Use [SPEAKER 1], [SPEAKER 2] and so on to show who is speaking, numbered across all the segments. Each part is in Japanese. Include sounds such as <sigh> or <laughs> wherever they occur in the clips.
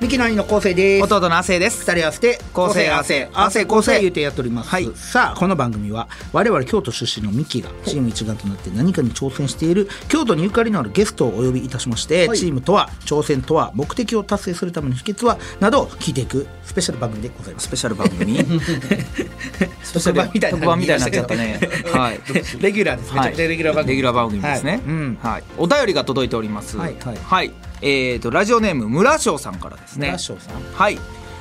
[SPEAKER 1] ミキの兄の構成です
[SPEAKER 2] 弟の亜生です
[SPEAKER 1] 二人合わせて
[SPEAKER 2] 構成
[SPEAKER 1] 合わせ
[SPEAKER 2] 構
[SPEAKER 1] 構
[SPEAKER 2] 成
[SPEAKER 1] 成言うてやっております、
[SPEAKER 2] はい
[SPEAKER 1] さあこの番組は我々京都出身のミキがチーム一丸となって何かに挑戦している京都にゆかりのあるゲストをお呼びいたしまして、
[SPEAKER 2] はい
[SPEAKER 1] チームとは挑戦とは目的を達成するための秘訣はなどを聞いていくスペシャル番組でございます
[SPEAKER 2] スペシャル番
[SPEAKER 1] <laughs>
[SPEAKER 2] 組
[SPEAKER 1] スペシャル番みたいな
[SPEAKER 2] 特番みたいになっちゃったね
[SPEAKER 1] <laughs>
[SPEAKER 2] はい
[SPEAKER 1] レギュラーですめちゃくちゃレギュラー番組、
[SPEAKER 2] レギュラー番組ですね、
[SPEAKER 1] はいうん
[SPEAKER 2] はい、お便りが届いております
[SPEAKER 1] はいはい
[SPEAKER 2] えー、とラジオネーム村翔さんからですね
[SPEAKER 1] 村翔さん
[SPEAKER 2] はい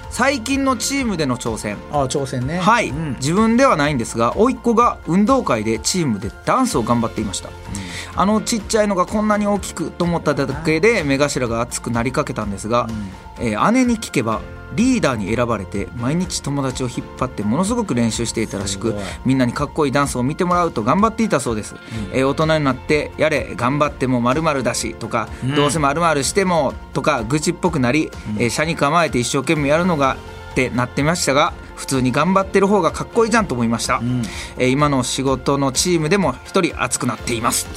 [SPEAKER 2] 最近のチームでの挑戦
[SPEAKER 1] ああ挑戦ね
[SPEAKER 2] はい、
[SPEAKER 1] うん
[SPEAKER 2] 自分ではないんですが甥っ子が運動会でチームでダンスを頑張っていました、あのちっちゃいのがこんなに大きくと思っただけで目頭が熱くなりかけたんですが、えー姉に聞けばリーダーに選ばれて毎日友達を引っ張ってものすごく練習していたらし
[SPEAKER 1] す
[SPEAKER 2] く
[SPEAKER 1] ごい
[SPEAKER 2] みんなにかっこいいダンスを見てもらうと頑張っていたそうです、えー大人になってやれ頑張ってもまるだしとか、どうせまるしてもとか愚痴っぽくなり、えー車に構えて一生懸命やるのがってなってましたが普通に頑張ってる方がかっこいいじゃんと思いました、えー今の仕事のチームでも一人熱くなっています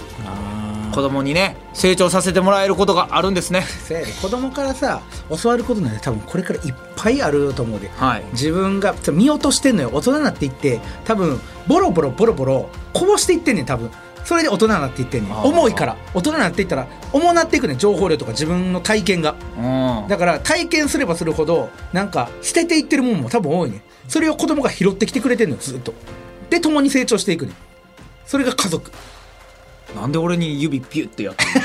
[SPEAKER 2] 子供にね成長させてもらえることがあるんですね
[SPEAKER 1] せやで子供からさ教わることなんて多分これからいっぱいあると思うで、
[SPEAKER 2] はい
[SPEAKER 1] 自分が見落としてんのよ大人になっていって多分ボロボロボロボロこぼしていってんねん多分それで大人になっていってんねん
[SPEAKER 2] あー
[SPEAKER 1] 重いから大人になっていったら重なっていくねん情報量とか自分の体験が
[SPEAKER 2] うん
[SPEAKER 1] だから体験すればするほどなんか捨てていってるもんも多分多いねんそれを子供が拾ってきてくれてんのよずっとで共に成長していくねんそれが家族
[SPEAKER 2] なんで俺に指ピュってやってんの <laughs>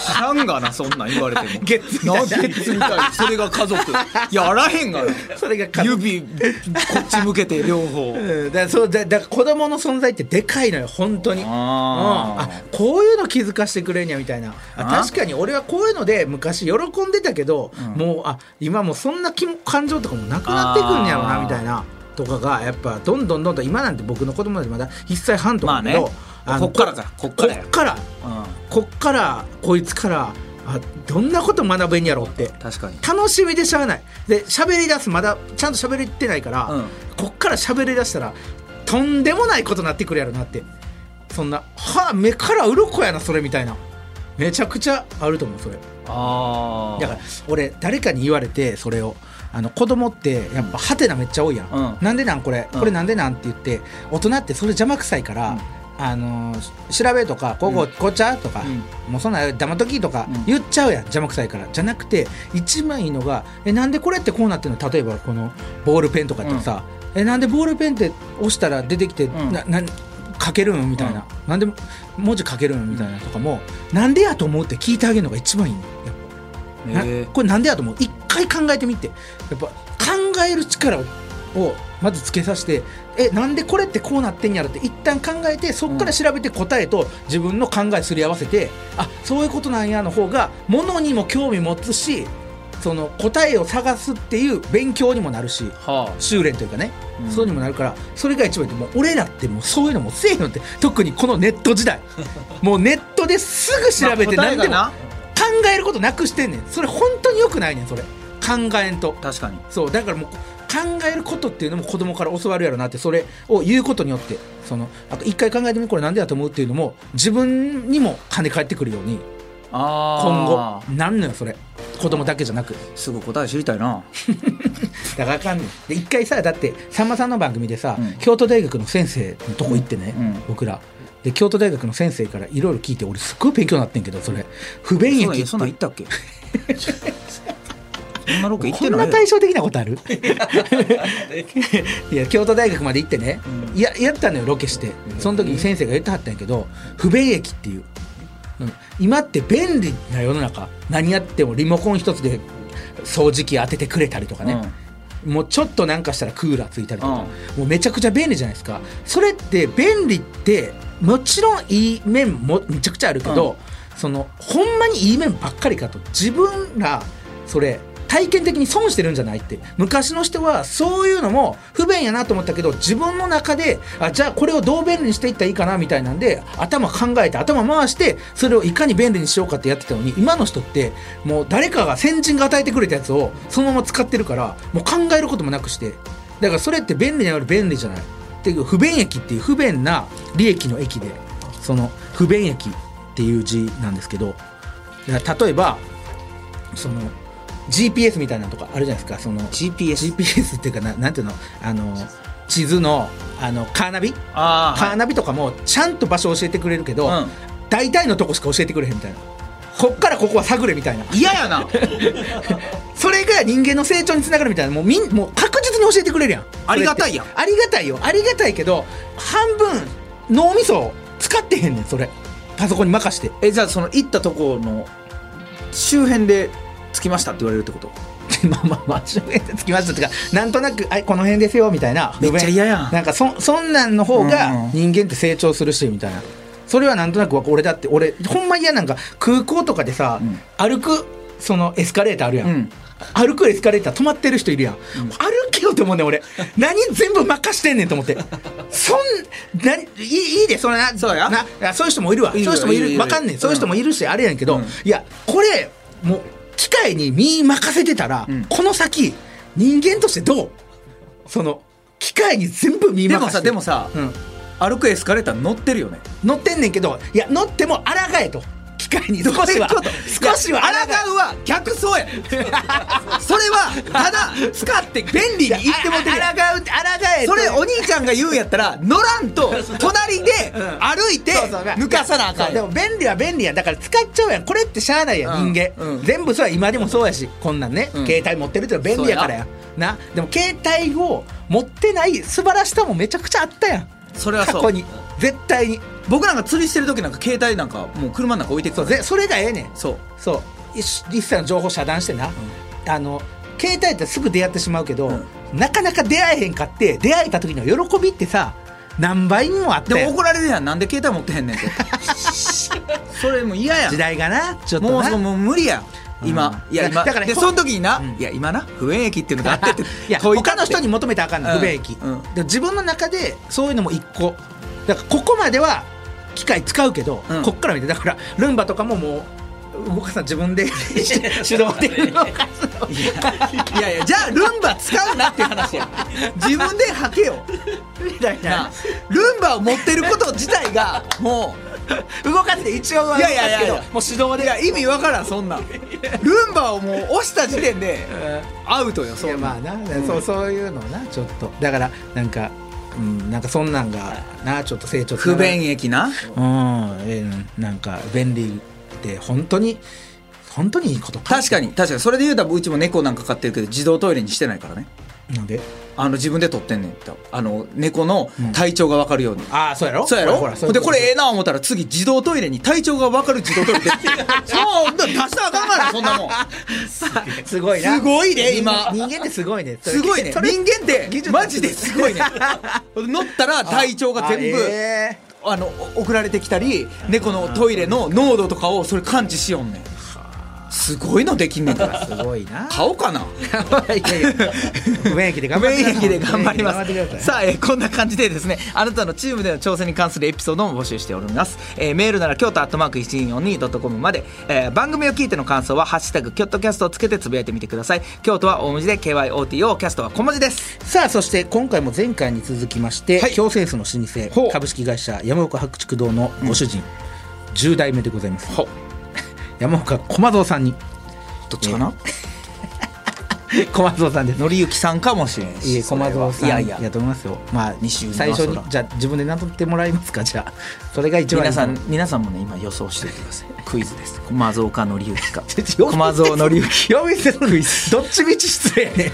[SPEAKER 2] 知らんがなそんなん言われても
[SPEAKER 1] ゲッツみた
[SPEAKER 2] ない
[SPEAKER 1] な
[SPEAKER 2] ゲッツみたいなそれが
[SPEAKER 1] <laughs>
[SPEAKER 2] 家族やらへんがな
[SPEAKER 1] それが家族
[SPEAKER 2] 指こっち向けて両方
[SPEAKER 1] うんだからそうだだから子供の存在ってでかいのよ本当にうん
[SPEAKER 2] あ
[SPEAKER 1] あこういうの気づかしてくれんやみたいなあ
[SPEAKER 2] あ
[SPEAKER 1] 確かに俺はこういうので昔喜んでたけど、もうあ今もうそんな気も感情とかもなくなってくんやろ
[SPEAKER 2] あ
[SPEAKER 1] な
[SPEAKER 2] ー
[SPEAKER 1] みたいなとかがやっぱどんどんどんどん今なんて僕の子供たちまだ1歳半とかだけど、
[SPEAKER 2] まあね
[SPEAKER 1] あの
[SPEAKER 2] こっからだこっからや
[SPEAKER 1] こっから
[SPEAKER 2] う
[SPEAKER 1] こっからこいつからあどんなこと学べんやろって
[SPEAKER 2] ん確かに
[SPEAKER 1] 楽しみでしゃあないで喋り出すまだちゃんと喋れてないから、
[SPEAKER 2] うん
[SPEAKER 1] こっから喋り出したらとんでもないことなってくるやろなってそんなはあ目から鱗やなそれみたいなめちゃくちゃあると思うそれ
[SPEAKER 2] あ
[SPEAKER 1] だから俺誰かに言われてそれをあの子供ってやっぱハテナめっちゃ多いやん、
[SPEAKER 2] うん
[SPEAKER 1] なんでなんこれ、
[SPEAKER 2] うん
[SPEAKER 1] これなんでなんって言って大人ってそれ邪魔くさいから、あのーし調べとかこうこうこうちゃうとか、もうそんな黙っときとか
[SPEAKER 2] うん
[SPEAKER 1] 言っちゃうやん邪魔くさいからじゃなくて一番いいのがえなんでこれってこうなってるの例えばこのボールペンとかやってさ、えなんでボールペンって押したら出てきて、
[SPEAKER 2] うん
[SPEAKER 1] なな書けるんみたいな、なんで文字書けるんみたいなとかも、なんでやと思うって聞いてあげるのが一番いいのやっぱな
[SPEAKER 2] へえ
[SPEAKER 1] これなんでやと思う一回考えてみてやっぱ考える力ををまずつけさせてえなんでこれってこうなってんやろって一旦考えてそこから調べて答えと自分の考えすり合わせて、あそういうことなんやの方がものにも興味持つしその答えを探すっていう勉強にもなるし
[SPEAKER 2] は
[SPEAKER 1] 修練というかね、
[SPEAKER 2] うん
[SPEAKER 1] そうにもなるからそれが一番いいと思う俺らってもうそういうのもせえへんのって特にこのネット時
[SPEAKER 2] <laughs>
[SPEAKER 1] 代もうネットですぐ調べて
[SPEAKER 2] まあ答
[SPEAKER 1] 何
[SPEAKER 2] えが
[SPEAKER 1] でも
[SPEAKER 2] な
[SPEAKER 1] 考えることなくしてんねんそれ本当によくないねんそれ考えんと
[SPEAKER 2] あ確かに
[SPEAKER 1] そうだからもう考えることっていうのも子供から教わるやろなってそれを言うことによってそのあと一回考えてみこれなんでやと思うっていうのも自分にも金返ってくるように今
[SPEAKER 2] あ
[SPEAKER 1] 後なんのよそれ子供だけじゃなく
[SPEAKER 2] すぐ答え知りたいな
[SPEAKER 1] だからあかんねんで一回さだってさんまさんの番組でさ、
[SPEAKER 2] うん
[SPEAKER 1] 京都大学の先生のとこ行ってね、
[SPEAKER 2] うん
[SPEAKER 1] 僕らで京都大学の先生からいろいろ聞いて俺すっごい勉強になってんけどそれ不便
[SPEAKER 2] そ
[SPEAKER 1] 益っ
[SPEAKER 2] んなん
[SPEAKER 1] て
[SPEAKER 2] そんなん言ったっけ
[SPEAKER 1] <laughs>
[SPEAKER 2] そんなロケ行っ
[SPEAKER 1] こ
[SPEAKER 2] て
[SPEAKER 1] ん
[SPEAKER 2] ない
[SPEAKER 1] な対照的なことあるいや京都大学まで行ってね、いややったのよロケしてその時に先生が言ってはったんやけど不便益っていう、うん今って便利な世の中何やってもリモコン一つで掃除機当ててくれたりとかね、
[SPEAKER 2] うん
[SPEAKER 1] もうちょっとなんかしたらクーラーついたりとか、もうめちゃくちゃ便利じゃないですかそれって便利ってもちろんいい面もめちゃくちゃあるけど、そのほんまにいい面ばっかりかと自分らそれ体験的に損してるんじゃないって昔の人はそういうのも不便やなと思ったけど自分の中であじゃあこれをどう便利にしていったらいいかなみたいなんで頭考えて頭回してそれをいかに便利にしようかってやってたのに今の人ってもう誰かが先人が与えてくれたやつをそのまま使ってるからもう考えることもなくしてだからそれって便利なより便利じゃないっていう不便益っていう不便な利益の益でその不便益っていう字なんですけどだから例えばその GPS みたいなのとかあるじゃないですかその
[SPEAKER 2] GPS
[SPEAKER 1] GPS っていうかななんていうのあの地図のあのカーナビ
[SPEAKER 2] あ
[SPEAKER 1] カーナビとかもちゃんと場所教えてくれるけど、
[SPEAKER 2] うん
[SPEAKER 1] 大体のとこしか教えてくれへんみたいなこっからここは探れみたいな
[SPEAKER 2] 嫌や
[SPEAKER 1] <laughs>
[SPEAKER 2] な
[SPEAKER 1] それが人間の成長につながるみたいなもうみんもう確実に教えてくれるやん
[SPEAKER 2] ありがたいやん
[SPEAKER 1] それってありがたいよありがたいけど半分脳みそを使ってへんねんそれパソコンに任して
[SPEAKER 2] えじゃあその行ったとこの周辺で着きましたって言われるってこと
[SPEAKER 1] <laughs> まあまあまあ周辺でつきましたとかなんとなくあこの辺ですよみたいな
[SPEAKER 2] めっちゃ嫌やん
[SPEAKER 1] なんかそそんなんの方
[SPEAKER 2] うんう
[SPEAKER 1] が
[SPEAKER 2] ん
[SPEAKER 1] 人間って成長するしみたいなそれはなんとなくわ俺だって俺ほんま嫌なんか空港とかでさ、
[SPEAKER 2] ん
[SPEAKER 1] 歩くそのエスカレーターあるやん、
[SPEAKER 2] うん
[SPEAKER 1] 歩くエスカレーター止まってる人いるやん、歩けよって思うねん
[SPEAKER 2] <laughs>
[SPEAKER 1] 俺何全部任してんねんと思ってそんないいいいでそれな
[SPEAKER 2] そうや
[SPEAKER 1] なあそういう人もいるわ
[SPEAKER 2] いる
[SPEAKER 1] そういう人もい
[SPEAKER 2] いるい
[SPEAKER 1] る
[SPEAKER 2] る
[SPEAKER 1] わかんねんそういう人もいるしあれやんけど、
[SPEAKER 2] うん
[SPEAKER 1] いやこれもう機械に身任せてたら、
[SPEAKER 2] ん
[SPEAKER 1] この先人間としてどうその機械に全部身
[SPEAKER 2] で
[SPEAKER 1] 任
[SPEAKER 2] も
[SPEAKER 1] せ
[SPEAKER 2] さ
[SPEAKER 1] て
[SPEAKER 2] でもさ、
[SPEAKER 1] うん、
[SPEAKER 2] 歩くエスカレーター乗ってるよね
[SPEAKER 1] 乗ってんねんけどいや乗っても抗えと機械に少しは
[SPEAKER 2] ちょっと
[SPEAKER 1] 少しはい
[SPEAKER 2] や抗うは逆 <laughs> そうやそれはただ使って便利に言ってもってるやん
[SPEAKER 1] あ抗う抗えと
[SPEAKER 2] それお兄ちゃんが言うんやったら乗らんと隣で歩いて
[SPEAKER 1] そうそう
[SPEAKER 2] 抜かさなあかん
[SPEAKER 1] で
[SPEAKER 2] やん
[SPEAKER 1] も便利は便利やだから使っちゃうやんこれってしゃあないやん、
[SPEAKER 2] うん
[SPEAKER 1] 人間、
[SPEAKER 2] うん
[SPEAKER 1] 全部そうや今でもそうやしこんなんね、
[SPEAKER 2] うん
[SPEAKER 1] 携帯持ってるってのは便利やからやなでも携帯を持ってない素晴らしさもめちゃくちゃあったやん
[SPEAKER 2] それはそ
[SPEAKER 1] 過
[SPEAKER 2] う
[SPEAKER 1] 去に絶対に
[SPEAKER 2] 僕なんか釣りしてる時なんか携帯なんかもう車の中置いてく
[SPEAKER 1] そうぜそれがええねん
[SPEAKER 2] そう
[SPEAKER 1] そう一一切の情報遮断してな、あの携帯ってすぐ出会ってしまうけど、なかなか出会えへんかって出会えた時の喜びってさ何倍にもあっ
[SPEAKER 2] で
[SPEAKER 1] たや
[SPEAKER 2] も
[SPEAKER 1] ん
[SPEAKER 2] 怒られるやんなんで携帯持ってへんね
[SPEAKER 1] <laughs>
[SPEAKER 2] んってそれもう嫌やん
[SPEAKER 1] 時代がなちょっとな
[SPEAKER 2] もうそうもう無理や今、
[SPEAKER 1] うん
[SPEAKER 2] いや
[SPEAKER 1] だ
[SPEAKER 2] 今
[SPEAKER 1] だから
[SPEAKER 2] で
[SPEAKER 1] ほ
[SPEAKER 2] その時にな、
[SPEAKER 1] うん
[SPEAKER 2] いや今な不便益っていうのがあってって
[SPEAKER 1] <laughs> いや
[SPEAKER 2] 解いた
[SPEAKER 1] 他の人
[SPEAKER 2] って
[SPEAKER 1] に求めてあかんの、
[SPEAKER 2] うん
[SPEAKER 1] 不便益、
[SPEAKER 2] うん
[SPEAKER 1] でも自分の中でそういうのも一個だからここまでは機械使うけど、
[SPEAKER 2] うん
[SPEAKER 1] こっから見てだからルンバとかももう動かさん自分
[SPEAKER 2] <laughs>
[SPEAKER 1] で手動で動かすの
[SPEAKER 2] いやいやじゃあルンバ使うなっていう話や自分で履けよ
[SPEAKER 1] <laughs> みたい
[SPEAKER 2] な
[SPEAKER 1] な
[SPEAKER 2] あ <laughs> ルンバを持ってること自体がも
[SPEAKER 1] 動かして一応は
[SPEAKER 2] <laughs> うい
[SPEAKER 1] 動か
[SPEAKER 2] や
[SPEAKER 1] すけど
[SPEAKER 2] いやいやいや
[SPEAKER 1] もう手動
[SPEAKER 2] うい
[SPEAKER 1] で
[SPEAKER 2] や意味わからんそんなん <laughs> ルンバをもう押した時点でアウトよ
[SPEAKER 1] い
[SPEAKER 2] そ
[SPEAKER 1] や
[SPEAKER 2] ん
[SPEAKER 1] ま
[SPEAKER 2] な
[SPEAKER 1] あ
[SPEAKER 2] ん
[SPEAKER 1] な、そうそういうのなちょっとだからなんかうんなんかそんなんがなちょっと成長
[SPEAKER 2] 不
[SPEAKER 1] 益
[SPEAKER 2] 便益な
[SPEAKER 1] うん、えーなんか便利って本当に本当にいいこと
[SPEAKER 2] 確かに確かにそれで言うたらうちも猫なんか飼ってるけど自動トイレにしてないからね
[SPEAKER 1] になんで
[SPEAKER 2] あの自分で取ってんねん多分あの猫の体調が分かるように、
[SPEAKER 1] ああそうやろ
[SPEAKER 2] そうやろ
[SPEAKER 1] ほらほら
[SPEAKER 2] でこれええ
[SPEAKER 1] え
[SPEAKER 2] な思ったら次自動トイレに体調が分かる自動トイ <laughs> レでそう出したらあかんからそんなもん
[SPEAKER 1] <laughs> すごいな
[SPEAKER 2] すごいね今
[SPEAKER 1] 人間ってすごいねそれ
[SPEAKER 2] すごいね人
[SPEAKER 1] それ
[SPEAKER 2] 間って
[SPEAKER 1] 技術
[SPEAKER 2] マジですごいね <laughs> 乗ったら体調が全部
[SPEAKER 1] あ
[SPEAKER 2] あ、
[SPEAKER 1] え
[SPEAKER 2] のお送られてきたり猫のトイレの濃度とかをそれ感知しよんねんすごいのできんねんから
[SPEAKER 1] ーすごい <laughs> な
[SPEAKER 2] 買おうかな
[SPEAKER 1] <laughs> いやいや不便益で頑張って
[SPEAKER 2] 免疫で頑張りま
[SPEAKER 1] 不便益で頑張ってください
[SPEAKER 2] すさあ、えーこんな感じでですねあなたのチームでの挑戦に関するエピソードも募集しております、えーメールなら京都アットマーク 1242.com まで、えー番組を聞いての感想は「ハッシュタグキョットキャスト」をつけてつぶやいてみてください京都は大文字で KYOTO キャストは小文字です
[SPEAKER 1] さあそして今回も前回に続きまして
[SPEAKER 2] はい
[SPEAKER 1] 京センスの老
[SPEAKER 2] ほ
[SPEAKER 1] 舗
[SPEAKER 2] う
[SPEAKER 1] 株式会社山岡白竹堂のご主人10代目でございます
[SPEAKER 2] ほ
[SPEAKER 1] 山岡駒蔵さんに
[SPEAKER 2] どっちかな、
[SPEAKER 1] <laughs> 駒蔵さんです
[SPEAKER 2] のりゆきさんかもしれんし
[SPEAKER 1] いえ駒蔵さん
[SPEAKER 2] いやいや
[SPEAKER 1] やと思いますよまあ
[SPEAKER 2] 二周目は
[SPEAKER 1] 最初
[SPEAKER 2] そ
[SPEAKER 1] に
[SPEAKER 2] ら
[SPEAKER 1] じゃあ自分で名乗ってもらいますかじ <laughs> ゃあそれが一番いい
[SPEAKER 2] 皆
[SPEAKER 1] か <laughs>
[SPEAKER 2] さ
[SPEAKER 1] なん
[SPEAKER 2] 皆さんもね今予想してみてくださいクイズです駒蔵かのりゆきか
[SPEAKER 1] 読み
[SPEAKER 2] <laughs> 駒蔵のりゆき
[SPEAKER 1] 読み捨てのどっちみち失礼やね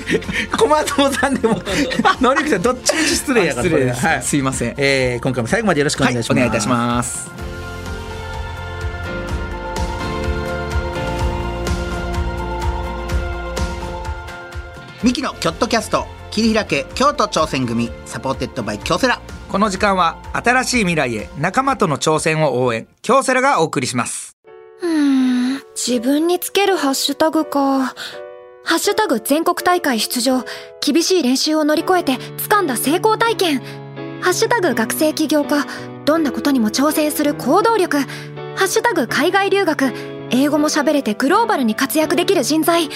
[SPEAKER 1] 駒蔵さんでものりくさんどっちみち失礼やから
[SPEAKER 2] 失礼で
[SPEAKER 1] こ
[SPEAKER 2] す、
[SPEAKER 1] れははい
[SPEAKER 2] すいません
[SPEAKER 1] えー今回も最後までよろしくお願いします、
[SPEAKER 2] はい、お願いいたします
[SPEAKER 3] ミキのキョットキャスト切り開け京都挑戦組サポーテッドバイ京セラ
[SPEAKER 2] この時間は新しい未来へ仲間との挑戦を応援京セラがお送りします
[SPEAKER 4] うーん自分につけるハッシュタグか。ハッシュタグ全国大会出場。厳しい練習を乗り越えて掴んだ成功体験。ハッシュタグ学生起業家。どんなことにも挑戦する行動力。ハッシュタグ海外留学。英語も喋れてグローバルに活躍できる人材。っ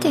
[SPEAKER 4] て、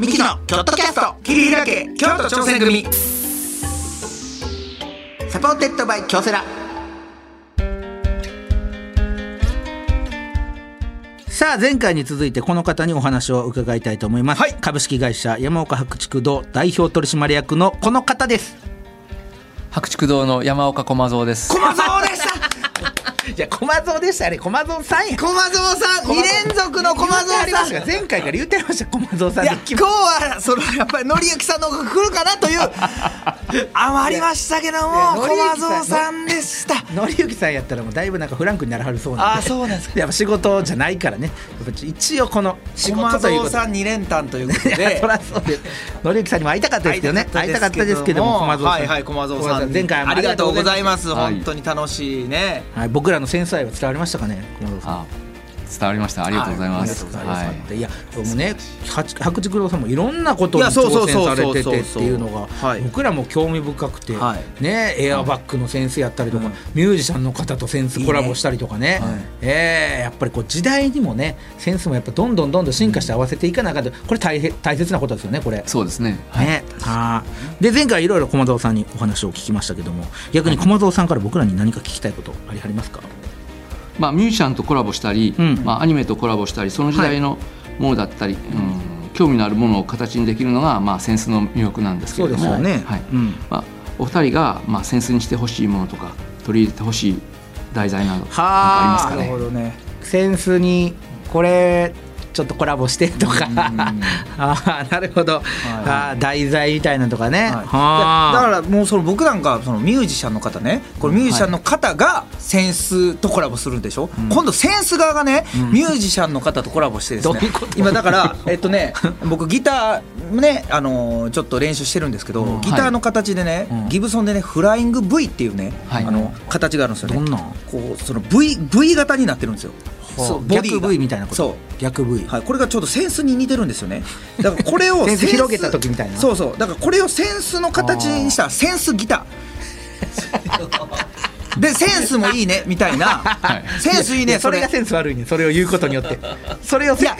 [SPEAKER 3] ミキのキョットキャスト切り開け京都挑戦組サポーテッドバイ京セラ
[SPEAKER 1] さあ前回に続いてこの方にお話を伺いたいと思います、株式会社山岡白竹堂代表取締役のこの方です
[SPEAKER 5] 白竹堂の山岡駒蔵です。
[SPEAKER 1] 駒蔵でしたじゃあ駒蔵でしたね駒蔵さんや
[SPEAKER 3] 駒蔵さん
[SPEAKER 1] 駒
[SPEAKER 3] 二連続の駒
[SPEAKER 1] 言うてあ
[SPEAKER 3] 蔵
[SPEAKER 1] りま
[SPEAKER 3] さん
[SPEAKER 1] し
[SPEAKER 3] い
[SPEAKER 1] たが前回から言ってました駒蔵さん
[SPEAKER 3] や
[SPEAKER 1] で
[SPEAKER 3] 今日はそのやっぱり紀之さんの方が来るかなと <laughs> いう余りましたけども
[SPEAKER 1] いや
[SPEAKER 3] 駒蔵さんでした
[SPEAKER 1] 紀之さんやったらもうだいぶなんかフランクにならはるそうなんで
[SPEAKER 3] あそうなんです
[SPEAKER 1] やっぱ仕事じゃないからねやっぱちょ一応この仕
[SPEAKER 2] 駒
[SPEAKER 1] 事ということ
[SPEAKER 2] 蔵さん二連単ということ
[SPEAKER 1] いや
[SPEAKER 2] <laughs>
[SPEAKER 1] <laughs>
[SPEAKER 2] で
[SPEAKER 1] そりゃそうです紀之さんにも会いたかったですけどね会いたかったですけども駒蔵さん
[SPEAKER 2] はいはい駒蔵さん
[SPEAKER 1] 前回も
[SPEAKER 2] ありがとうございます
[SPEAKER 5] はい
[SPEAKER 2] 本当に楽しいね
[SPEAKER 1] はい、僕らの繊細は伝わりましたかね駒蔵さん
[SPEAKER 5] あ、伝わりました。ありがとうございま
[SPEAKER 1] あ
[SPEAKER 5] す。
[SPEAKER 1] りがとうござい
[SPEAKER 5] は
[SPEAKER 1] ます。
[SPEAKER 5] い。
[SPEAKER 1] い、や、これもね、八白竹郎さんもいろんなこと
[SPEAKER 2] い
[SPEAKER 1] に
[SPEAKER 2] やそうそ
[SPEAKER 1] 挑
[SPEAKER 2] う
[SPEAKER 1] 戦
[SPEAKER 2] そう
[SPEAKER 1] されて
[SPEAKER 2] そう
[SPEAKER 1] て
[SPEAKER 2] そう
[SPEAKER 1] っ
[SPEAKER 2] そ
[SPEAKER 1] て
[SPEAKER 2] う
[SPEAKER 1] いうのが、
[SPEAKER 2] はい
[SPEAKER 1] 僕らも興味深くて、
[SPEAKER 2] は
[SPEAKER 1] ね、エアバッグの先生やったりとか、ミュージシャンの方とセンスコラボしたりとかね、えーやっぱりこう時代にもね、センスもやっぱどんどんどんどん進化して合わせていかなあかんとこれ大変大切なことですよね、これ。
[SPEAKER 5] そうですね。はい。
[SPEAKER 1] ね、あーで前回いろいろ駒蔵さんにお話を聞きましたけども逆に駒蔵さんから僕らに何か聞きたいことありはりますか、
[SPEAKER 5] まあミュージシャンとコラボしたり、
[SPEAKER 1] うん
[SPEAKER 5] まあアニメとコラボしたり、その時代のものだったり、うん、興味のあるものを形にできるのがまあセンスの魅力なんですけれども、
[SPEAKER 1] そうですよね
[SPEAKER 5] はい。
[SPEAKER 1] うん
[SPEAKER 5] まあお二人がまあセンスにしてほしいものとか取り入れてほしい題材などなんかありますかね。
[SPEAKER 1] どねセンスにこれちょっとコラボしてとか <laughs> ああなるほど、ああ題材みたいなのとかね、
[SPEAKER 2] はい
[SPEAKER 1] は
[SPEAKER 2] だ
[SPEAKER 1] あ
[SPEAKER 2] からもうその僕なんかそのミュージシャンの方ねこれミュージシャンの方がセンスとコラボするんでしょ、今度センス側がね、ミュージシャンの方とコラボしてですね
[SPEAKER 1] どういうこと
[SPEAKER 2] 今だからえっとね僕ギターねあのーちょっと練習してるんですけど、ギターの形でね、ギブソンでねフライング V っていうね、
[SPEAKER 5] はい
[SPEAKER 2] あの形があるんですよね
[SPEAKER 1] どんな
[SPEAKER 2] こうその V, v 型になってるんですよそうボディが
[SPEAKER 1] 逆 V みたいなこと
[SPEAKER 2] そう
[SPEAKER 1] 逆 V、
[SPEAKER 2] はい、これがちょうどセンスに似てるんですよね。だからこれ
[SPEAKER 1] <laughs>
[SPEAKER 2] を
[SPEAKER 1] センス広げた時みたいな
[SPEAKER 2] そうそう。だからこれをセンスの形にしたらセンスギター。でセンスもいいねみたいな。
[SPEAKER 5] い
[SPEAKER 2] センスいい
[SPEAKER 1] い
[SPEAKER 2] ね
[SPEAKER 1] やそ
[SPEAKER 2] それ
[SPEAKER 1] れがセンス悪いねそれを言うことによ
[SPEAKER 2] <laughs>
[SPEAKER 1] ってそれを
[SPEAKER 2] いや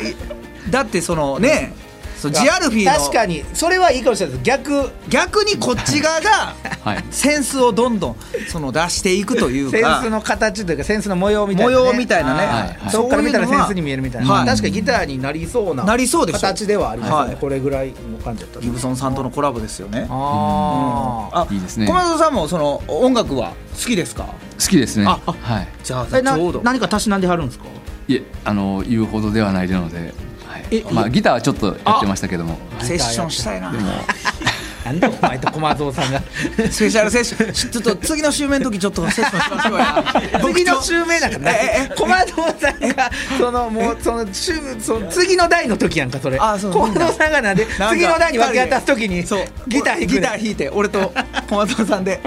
[SPEAKER 2] だってそのね、そうジアルフィーの
[SPEAKER 1] 確かにそれはいいかもしれないです逆
[SPEAKER 2] 逆にこっち側が
[SPEAKER 5] はい。
[SPEAKER 2] センスをどんどんその出していくという
[SPEAKER 1] <laughs> セ
[SPEAKER 2] か。
[SPEAKER 1] ンスの形というかセンスの模様みたいな、ね、
[SPEAKER 2] 模様みたいなね
[SPEAKER 1] あー
[SPEAKER 5] はい
[SPEAKER 1] そこから見たら
[SPEAKER 2] そう
[SPEAKER 1] セ
[SPEAKER 2] いうの
[SPEAKER 1] ン
[SPEAKER 2] は
[SPEAKER 1] スに見えるみたいな、
[SPEAKER 2] はい
[SPEAKER 1] 確かにギターになりそうな
[SPEAKER 2] なりそうでしょ
[SPEAKER 1] 形ではありますよね、
[SPEAKER 2] はい
[SPEAKER 1] これぐらいの感じだったら
[SPEAKER 2] ギブソンさんとのコラボですよね。
[SPEAKER 1] ああ、
[SPEAKER 2] あ
[SPEAKER 5] いいですね
[SPEAKER 2] 駒澤さんもその音楽は好きですか。
[SPEAKER 5] 好きですね。
[SPEAKER 2] ああ
[SPEAKER 5] はい。
[SPEAKER 2] じゃあ
[SPEAKER 1] え
[SPEAKER 2] ち
[SPEAKER 1] な
[SPEAKER 2] ょうど。
[SPEAKER 1] 何かたしなんではるんですか
[SPEAKER 5] いえ、あの言うほどではないので、はい
[SPEAKER 1] え。
[SPEAKER 5] まあギターはちょっとやってましたけども、はい
[SPEAKER 2] セッションしたいな。
[SPEAKER 1] なんでお前と駒蔵さん
[SPEAKER 2] <laughs>
[SPEAKER 1] が
[SPEAKER 2] スペシャルセッション、ちょっと次の襲名の時ちょっとセッションしましょう <laughs> や。
[SPEAKER 1] 次の襲名なんかない
[SPEAKER 2] えええ
[SPEAKER 1] 駒蔵さんがそのもうその襲その次の代の時やんかそれ
[SPEAKER 2] あそう
[SPEAKER 1] 駒蔵さんがなんで
[SPEAKER 2] なんか
[SPEAKER 1] 次の代に分け渡す時に
[SPEAKER 2] そう、
[SPEAKER 1] ギター弾くね
[SPEAKER 2] ギター弾いて、俺と駒澤さんで。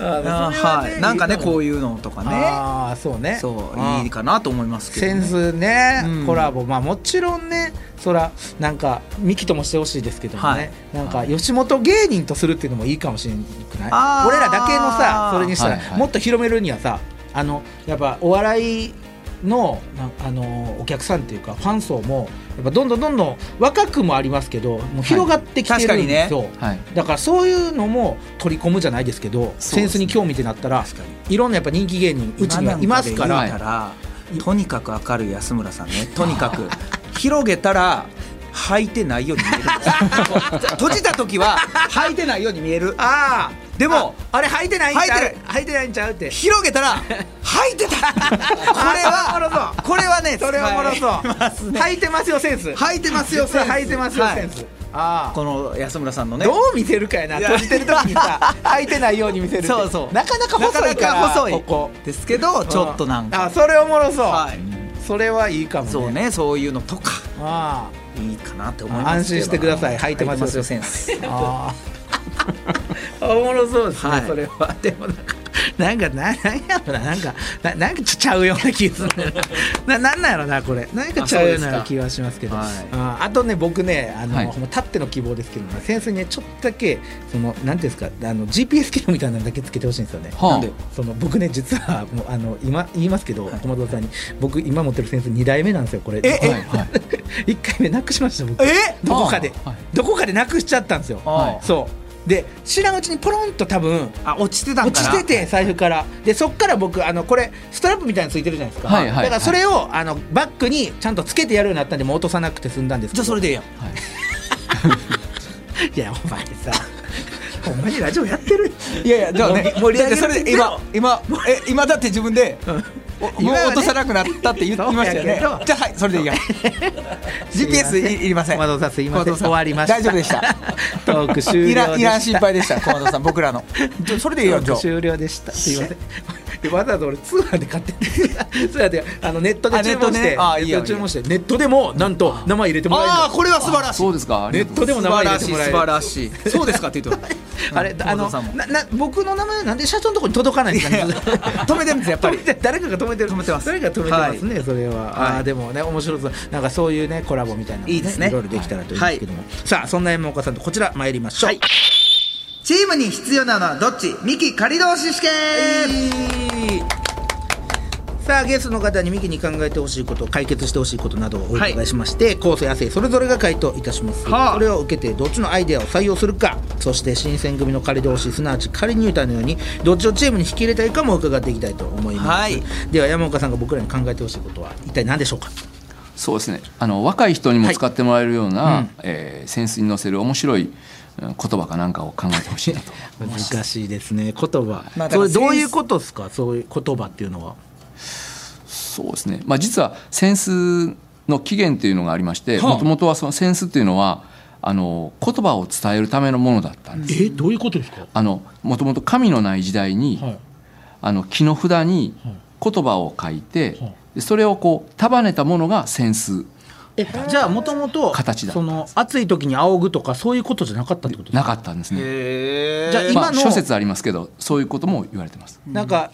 [SPEAKER 2] あはい、なんかね、こういうのとかね。
[SPEAKER 1] ああそうね
[SPEAKER 2] そう、
[SPEAKER 1] あー
[SPEAKER 2] いいかなと思いますけど
[SPEAKER 1] セ
[SPEAKER 2] ね。
[SPEAKER 1] ンスね、
[SPEAKER 2] うん
[SPEAKER 1] コラボまあもちろんねそらなんかミキともしてほしいですけどもね、なんか吉本芸人とするっていうのもいいかもしれなくない
[SPEAKER 2] あー
[SPEAKER 1] 俺らだけのさそれにしたら、
[SPEAKER 5] はいはい
[SPEAKER 1] もっと広めるにはさあのやっぱお笑いのなあのお客さんっていうかファン層もやっぱどんどんどんどん若くもありますけどもう広がってきてるんですよ、
[SPEAKER 2] はい
[SPEAKER 5] かにね
[SPEAKER 1] だからそういうのも取り込むじゃないですけど
[SPEAKER 5] す
[SPEAKER 1] セ
[SPEAKER 5] ね
[SPEAKER 1] ンスに興味ってなったら
[SPEAKER 2] 確か
[SPEAKER 1] いろんなやっぱ人気芸人うちにはいますから。
[SPEAKER 2] 今なんで言うたらとにかく明るい安村さんね。とにかく、広げたら。履いてないように見えるんで
[SPEAKER 1] <laughs>
[SPEAKER 2] すよ閉じた時は履いてないように見える
[SPEAKER 1] ああ
[SPEAKER 2] でも
[SPEAKER 1] ああれ履いてないんちゃ
[SPEAKER 2] 履
[SPEAKER 1] う
[SPEAKER 2] いて
[SPEAKER 1] 履いてないんちゃう
[SPEAKER 2] <laughs>
[SPEAKER 1] って
[SPEAKER 2] 広げたら履いてたこれはこれはね
[SPEAKER 1] それはおもろそう、
[SPEAKER 2] はい
[SPEAKER 1] 履いてますよセンス
[SPEAKER 2] 履いてますよ
[SPEAKER 1] 実は履いてますよ
[SPEAKER 2] はい
[SPEAKER 1] センスあ
[SPEAKER 2] この安村さんのね
[SPEAKER 1] どう見せるかやな閉じてる時に
[SPEAKER 2] <laughs>
[SPEAKER 1] さ開いてないように見せるって
[SPEAKER 2] そうそう
[SPEAKER 1] なかなか細いから
[SPEAKER 2] なかなか細い
[SPEAKER 1] ここ
[SPEAKER 2] ですけどちょっとなん
[SPEAKER 1] あ
[SPEAKER 2] か
[SPEAKER 1] それおもろそう、
[SPEAKER 2] はい
[SPEAKER 1] それはいいかもね
[SPEAKER 2] そうねそういうのとか
[SPEAKER 1] あ
[SPEAKER 2] いいかなって思いますけど
[SPEAKER 1] 安心してください履いてますよ
[SPEAKER 2] 履いてますよセンス
[SPEAKER 1] あああ
[SPEAKER 2] <laughs>
[SPEAKER 1] おもろそうですね、
[SPEAKER 2] はい
[SPEAKER 1] それはでもなんかなんかななんやろななんかななんかちゃうような気が
[SPEAKER 2] <laughs>
[SPEAKER 1] するなななんなんやろなこれなんかちゃうよう
[SPEAKER 2] あそうです
[SPEAKER 1] な
[SPEAKER 2] か
[SPEAKER 1] 気はしますけどあ
[SPEAKER 2] はい
[SPEAKER 1] あとね僕ねあの、
[SPEAKER 5] はい
[SPEAKER 1] ほんま立っての希望ですけどね先生にねちょっとだけそのなんていうんですかあの GPS 機能みたいなのだけつけてほしいんですよね、
[SPEAKER 5] はあ
[SPEAKER 1] なんでその僕ね実はもうあの今言いますけど駒澤さんに僕今持ってる先生2代目なんですよこれ
[SPEAKER 2] ええ
[SPEAKER 5] はいはい
[SPEAKER 1] <laughs> 1回目なくしました僕
[SPEAKER 2] え
[SPEAKER 1] どこかで、
[SPEAKER 5] あはい
[SPEAKER 1] どこかでなくしちゃったんですよ、
[SPEAKER 2] あー
[SPEAKER 1] そうで知らんうちにポロンと多分
[SPEAKER 2] あ落ちてたん
[SPEAKER 1] 落ち
[SPEAKER 2] かな
[SPEAKER 1] てて財布からでそっから僕あのこれストラップみたいについてるじゃないですか、
[SPEAKER 5] はいはい
[SPEAKER 1] だからそれを、あのバッグにちゃんとつけてやるようになったんでもう落とさなくて済んだんですけ
[SPEAKER 2] じゃ
[SPEAKER 1] ど
[SPEAKER 2] あそれでええやん
[SPEAKER 1] <laughs> いやお前さほんまにラジオやってるいやいや
[SPEAKER 2] じゃあね盛り上げ
[SPEAKER 1] る
[SPEAKER 2] それで今今え今だって自分でおも
[SPEAKER 1] 今
[SPEAKER 2] う
[SPEAKER 1] はね
[SPEAKER 2] 落とさなくなったって言ってましたよね
[SPEAKER 1] そうやけど
[SPEAKER 2] じゃあはいそれでいいや GPS いいりません
[SPEAKER 1] 小窓さんすいません
[SPEAKER 2] 小窓さ
[SPEAKER 1] 終わりました
[SPEAKER 2] 大丈夫でした
[SPEAKER 1] <laughs> トーク終了でし
[SPEAKER 2] い
[SPEAKER 1] た
[SPEAKER 2] らいらん心配でした小窓さん僕らのじゃあそれでいいよじゃあ
[SPEAKER 1] 終了でした。すいません。でわざわざ俺通販で買ってる通販であのネットで注文して
[SPEAKER 2] あネットねあいい
[SPEAKER 1] ネッ
[SPEAKER 2] よ
[SPEAKER 1] トで注文してネットでもなんと名前入れてもらえる
[SPEAKER 2] ああーこれは素晴らしい
[SPEAKER 5] そうですかあり
[SPEAKER 1] ネ
[SPEAKER 5] がと
[SPEAKER 1] ッ
[SPEAKER 5] うご
[SPEAKER 1] ト
[SPEAKER 5] ざ
[SPEAKER 1] でも名前
[SPEAKER 5] います
[SPEAKER 1] 入れてもらえる
[SPEAKER 2] らしいそうですかって言ってた
[SPEAKER 1] あれあの
[SPEAKER 2] さんも
[SPEAKER 1] なな僕の名前なんで社長のとこに届かないんですかね
[SPEAKER 2] 止めてるんですやっぱり
[SPEAKER 1] 止めて誰かが止めてる
[SPEAKER 2] 止めてます
[SPEAKER 1] 誰かが止めてますね、それは、あ
[SPEAKER 2] は
[SPEAKER 1] あ
[SPEAKER 2] い
[SPEAKER 1] でもね面白そうなんかそういうねコラボみたいなのも、
[SPEAKER 2] いいですね
[SPEAKER 1] いろいろできたらといいですけども、さあそんな山岡さんとこちら参りましょう、
[SPEAKER 2] はい
[SPEAKER 3] チームに必要なのはどっちミキ仮同士試験
[SPEAKER 1] さあゲストの方にミキに考えてほしいこと解決してほしいことなどをお伺いしまして、構成構成亜生それぞれが回答いたします、
[SPEAKER 3] はあ
[SPEAKER 1] それを受けてどっちのアイデアを採用するかそして新選組の仮同士すなわち仮入隊のようにどっちをチームに引き入れたいかも伺っていきたいと思います、
[SPEAKER 2] はい
[SPEAKER 1] では山岡さんが僕らに考えてほしいことは一体何でしょうか
[SPEAKER 5] そうですねあの若い人にも使ってもらえるような、
[SPEAKER 1] はいうん
[SPEAKER 5] えーセンスに乗せる面白いうん言葉かなんかを考えてほしいなと
[SPEAKER 1] 難しいですね言葉、
[SPEAKER 2] まあだか
[SPEAKER 1] それ
[SPEAKER 2] ら
[SPEAKER 1] どういうことですかそういう言葉っていうのは
[SPEAKER 5] そうですね、まあ、実はセンスの起源というのがありましてもともとはそのセンスっていうのはあの言葉を伝えるためのものだったんです
[SPEAKER 1] えどういうことですか
[SPEAKER 5] もともと神のない時代に、
[SPEAKER 1] はい
[SPEAKER 5] あの木の札に言葉を書いて、でそれをこう束ねたものがセンス
[SPEAKER 1] えじゃあもともと
[SPEAKER 5] 形だった
[SPEAKER 1] その暑い時に仰ぐとかそういうことじゃなかったってことですか
[SPEAKER 5] なかったんですね。
[SPEAKER 1] じゃあ
[SPEAKER 5] ま
[SPEAKER 1] 今
[SPEAKER 5] あ、
[SPEAKER 1] の、
[SPEAKER 5] 諸説ありますけどそういうことも言われてます。
[SPEAKER 1] なんか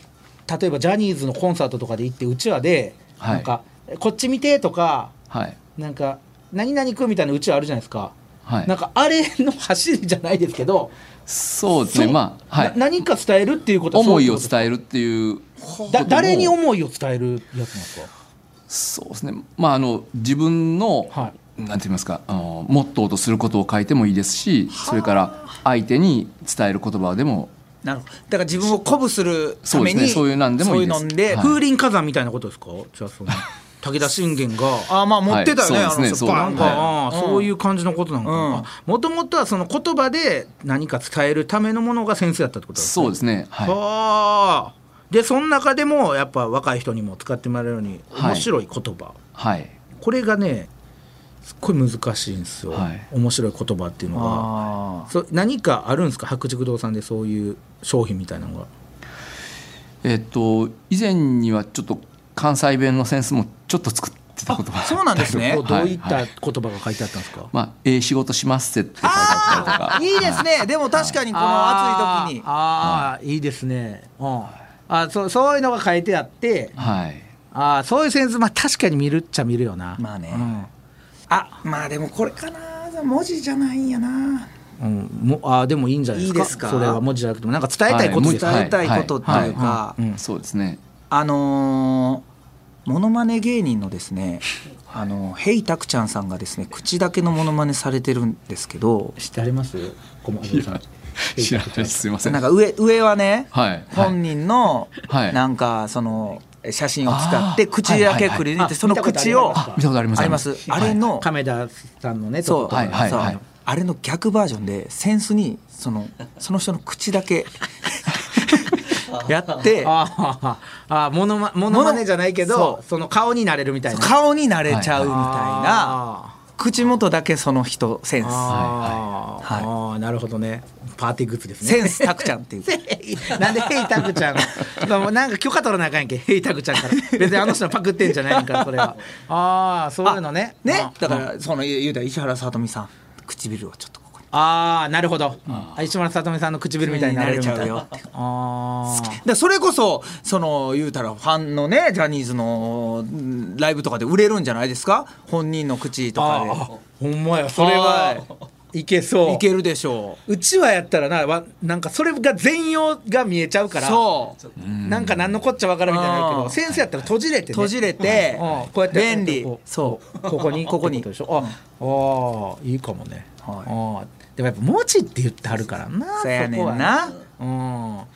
[SPEAKER 1] 例えばジャニーズのコンサートとかで行ってうちわで、
[SPEAKER 5] はい
[SPEAKER 1] なんか「こっち見て」とか
[SPEAKER 5] はい
[SPEAKER 1] 「なんか何々くん」みたいなうちわあるじゃないですか、
[SPEAKER 5] はい、
[SPEAKER 1] なんかあれの走りじゃないですけど、
[SPEAKER 5] そうですね
[SPEAKER 1] そう
[SPEAKER 5] まあ、はい
[SPEAKER 1] な、何か伝えるっていうことはそ
[SPEAKER 5] 思
[SPEAKER 1] う
[SPEAKER 5] い
[SPEAKER 1] いう
[SPEAKER 5] を
[SPEAKER 1] こと
[SPEAKER 5] 伝えるっていう
[SPEAKER 1] だ誰に
[SPEAKER 5] 思
[SPEAKER 1] 思いを伝えるやつなんですか
[SPEAKER 5] そうですねまああの自分の、
[SPEAKER 1] は
[SPEAKER 5] なんて言いますかあのモットーとすることを書いてもいいですしそれから相手に伝える言葉でも
[SPEAKER 2] <laughs> なるほどだから自分を鼓舞するため
[SPEAKER 5] そ
[SPEAKER 2] に
[SPEAKER 5] うですねそういうなんでもいいです
[SPEAKER 2] そううので
[SPEAKER 5] はい
[SPEAKER 1] 風林火山みたいなことですかじゃあその武田信 <laughs> 玄が
[SPEAKER 2] あーまあ持ってたよね、
[SPEAKER 5] はいそ
[SPEAKER 2] あ
[SPEAKER 5] うですね
[SPEAKER 2] の人
[SPEAKER 5] そう
[SPEAKER 2] バ
[SPEAKER 1] な
[SPEAKER 2] ー
[SPEAKER 1] ん
[SPEAKER 2] ン
[SPEAKER 1] か、
[SPEAKER 2] と
[SPEAKER 1] ああそういう感じのことなのか
[SPEAKER 2] うん
[SPEAKER 1] なもともとはその言葉で何か伝えるためのものが先生だったってことなんですか
[SPEAKER 5] そうですねは
[SPEAKER 1] はあでその中でもやっぱ若い人にも使ってもらえるように
[SPEAKER 5] はい
[SPEAKER 1] 面白い言葉、
[SPEAKER 5] い、はい、
[SPEAKER 1] これがねすっごい難しいんですよ、
[SPEAKER 5] はい
[SPEAKER 1] 面白い言葉っていうの
[SPEAKER 2] あ
[SPEAKER 1] がそ何かあるんですか白竹堂さんでそういう商品みたいなのが
[SPEAKER 5] えっと以前にはちょっと関西弁のセンスもちょっと作ってたことが
[SPEAKER 2] あそうなんですね
[SPEAKER 1] どうどういった
[SPEAKER 5] は
[SPEAKER 1] 言葉が書いてあったんですか、
[SPEAKER 5] まあ、ええ仕事しますってって書いてあったりとか
[SPEAKER 2] ーいいですねでも確かにこの暑い時に
[SPEAKER 1] あーあー、い、いですね、うん、あそうそういうのが書いてあって
[SPEAKER 5] はい
[SPEAKER 1] あーそういうセンスまあ確かに見るっちゃ見るよな
[SPEAKER 2] まあね
[SPEAKER 1] うん
[SPEAKER 2] あまあでもこれかな文字じゃないんやな
[SPEAKER 1] うん、もあーでもいいんじゃないですか
[SPEAKER 2] いいですか
[SPEAKER 1] それは文字じゃなくてもなんか伝えたいこと
[SPEAKER 5] はい
[SPEAKER 1] ですよ、
[SPEAKER 2] 伝えたいことっていうか
[SPEAKER 1] うん
[SPEAKER 5] そうですね
[SPEAKER 2] あのーモノマネ芸人のですねあのヘイタクちゃんさんがですね口だけのモノマネされてるんですけど
[SPEAKER 1] 知ってあります小松さん
[SPEAKER 5] 知らないですすいません
[SPEAKER 2] なんか上上はね、
[SPEAKER 5] はい
[SPEAKER 2] 本人の
[SPEAKER 5] はい
[SPEAKER 2] なんかその写真を使って
[SPEAKER 5] あー
[SPEAKER 2] 口だけくり抜
[SPEAKER 1] はいはい
[SPEAKER 2] い
[SPEAKER 1] は
[SPEAKER 2] て
[SPEAKER 1] い
[SPEAKER 2] その口を
[SPEAKER 1] あ
[SPEAKER 5] 見たことあります
[SPEAKER 2] ありますあれの
[SPEAKER 1] 亀田さんのね
[SPEAKER 2] そ
[SPEAKER 1] と
[SPEAKER 2] う
[SPEAKER 1] こと
[SPEAKER 5] はいはい
[SPEAKER 2] そう
[SPEAKER 5] はい
[SPEAKER 2] あれの逆バージョンでセンスにそのその人の口だけやって
[SPEAKER 1] あーあーモノマモノマネじゃないけ
[SPEAKER 2] そ
[SPEAKER 1] どその顔になれるみたいな
[SPEAKER 2] 顔になれちゃうみたいな
[SPEAKER 1] あ
[SPEAKER 2] 口元だけその人センス
[SPEAKER 1] あー、
[SPEAKER 2] はい
[SPEAKER 1] あーなるほどねパーティーグッズですね
[SPEAKER 2] センスたくちゃんっていう
[SPEAKER 1] <laughs> なんでヘイタクちゃんがもうなんか許可取らなあかんやんけヘイタクちゃんから別にあの人のパクってんじゃないんからそれはああそういうのね
[SPEAKER 2] ねだからその言うたら石原さとみさん唇はちょっとここに
[SPEAKER 1] ああなるほど、あ石村さとみさんの唇みたいになれるみたいな
[SPEAKER 2] なれちゃうよって
[SPEAKER 1] あー
[SPEAKER 2] でそれこそその言うたらファンのねジャニーズのうんライブとかで売れるんじゃないですか本人の口と
[SPEAKER 1] あ
[SPEAKER 2] か
[SPEAKER 1] ーほんまやそれはいけそう
[SPEAKER 2] でいけるでしょ
[SPEAKER 1] うちはやったらなわなんかそれが全容が見えちゃう
[SPEAKER 2] う
[SPEAKER 1] から
[SPEAKER 2] そう
[SPEAKER 1] なんか何のこっちゃわからんみたいになるけ
[SPEAKER 2] う
[SPEAKER 1] ど
[SPEAKER 2] ん
[SPEAKER 1] 先生やったら閉じれてね
[SPEAKER 2] 閉じれて
[SPEAKER 1] うんこうやって
[SPEAKER 2] 便利
[SPEAKER 1] こう
[SPEAKER 2] そう
[SPEAKER 1] ここに
[SPEAKER 2] ここに
[SPEAKER 1] ってとでしょああーいいかもね
[SPEAKER 2] はい
[SPEAKER 1] あーでもやっぱ文字って言ってはるからな
[SPEAKER 2] そうやねんな
[SPEAKER 1] そこはねうん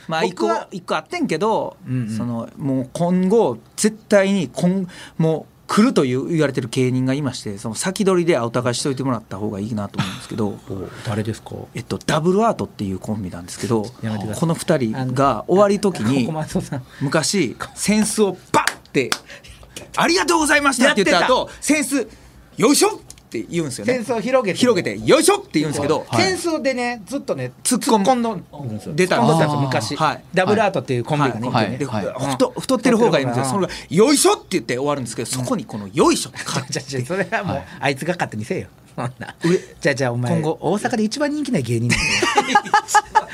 [SPEAKER 2] まあ一
[SPEAKER 1] 僕
[SPEAKER 2] 個
[SPEAKER 1] は
[SPEAKER 2] 一個あってんけど、
[SPEAKER 1] んうん
[SPEAKER 2] そのもう今後絶対に今もう来るという言われてる芸人がいましてその先取りでお互いしといてもらった方がいいなと思うんですけど。
[SPEAKER 1] <laughs> お誰ですか
[SPEAKER 2] えっと、ダブルアートっていうコンビなんですけど
[SPEAKER 1] やめてください
[SPEAKER 2] この2人が終わり時に
[SPEAKER 1] 小松さん
[SPEAKER 2] 昔センスをバッて「ありがとうございました」って言った後センス「よいしょ!」って言うんですよね
[SPEAKER 1] 扇子を広げて
[SPEAKER 2] 広げて「よいしょ!」って言うんですけど、
[SPEAKER 1] 戦争でねずっとね
[SPEAKER 2] 突
[SPEAKER 1] 突
[SPEAKER 2] っ
[SPEAKER 1] っ
[SPEAKER 2] 込む
[SPEAKER 1] 込んどんですよ
[SPEAKER 2] 出た
[SPEAKER 1] 突っ込んどんですよ
[SPEAKER 2] あー
[SPEAKER 1] 昔
[SPEAKER 2] はい
[SPEAKER 1] ダブルアートっていうコンビがね
[SPEAKER 2] はい
[SPEAKER 1] いて
[SPEAKER 2] で
[SPEAKER 1] ね
[SPEAKER 5] はいはい
[SPEAKER 2] 太太ってる方がいいんですよ
[SPEAKER 1] うん
[SPEAKER 2] それが「よいしょ!」って言って終わるんですけどそこにこの「よいしょ!」って書いて
[SPEAKER 1] <laughs> じゃあじゃあそれはもうあいつが勝手にせえよそんな
[SPEAKER 2] 上
[SPEAKER 1] じゃあじゃあお前
[SPEAKER 2] 今後
[SPEAKER 1] 大阪で一番人気ない芸人なんだよ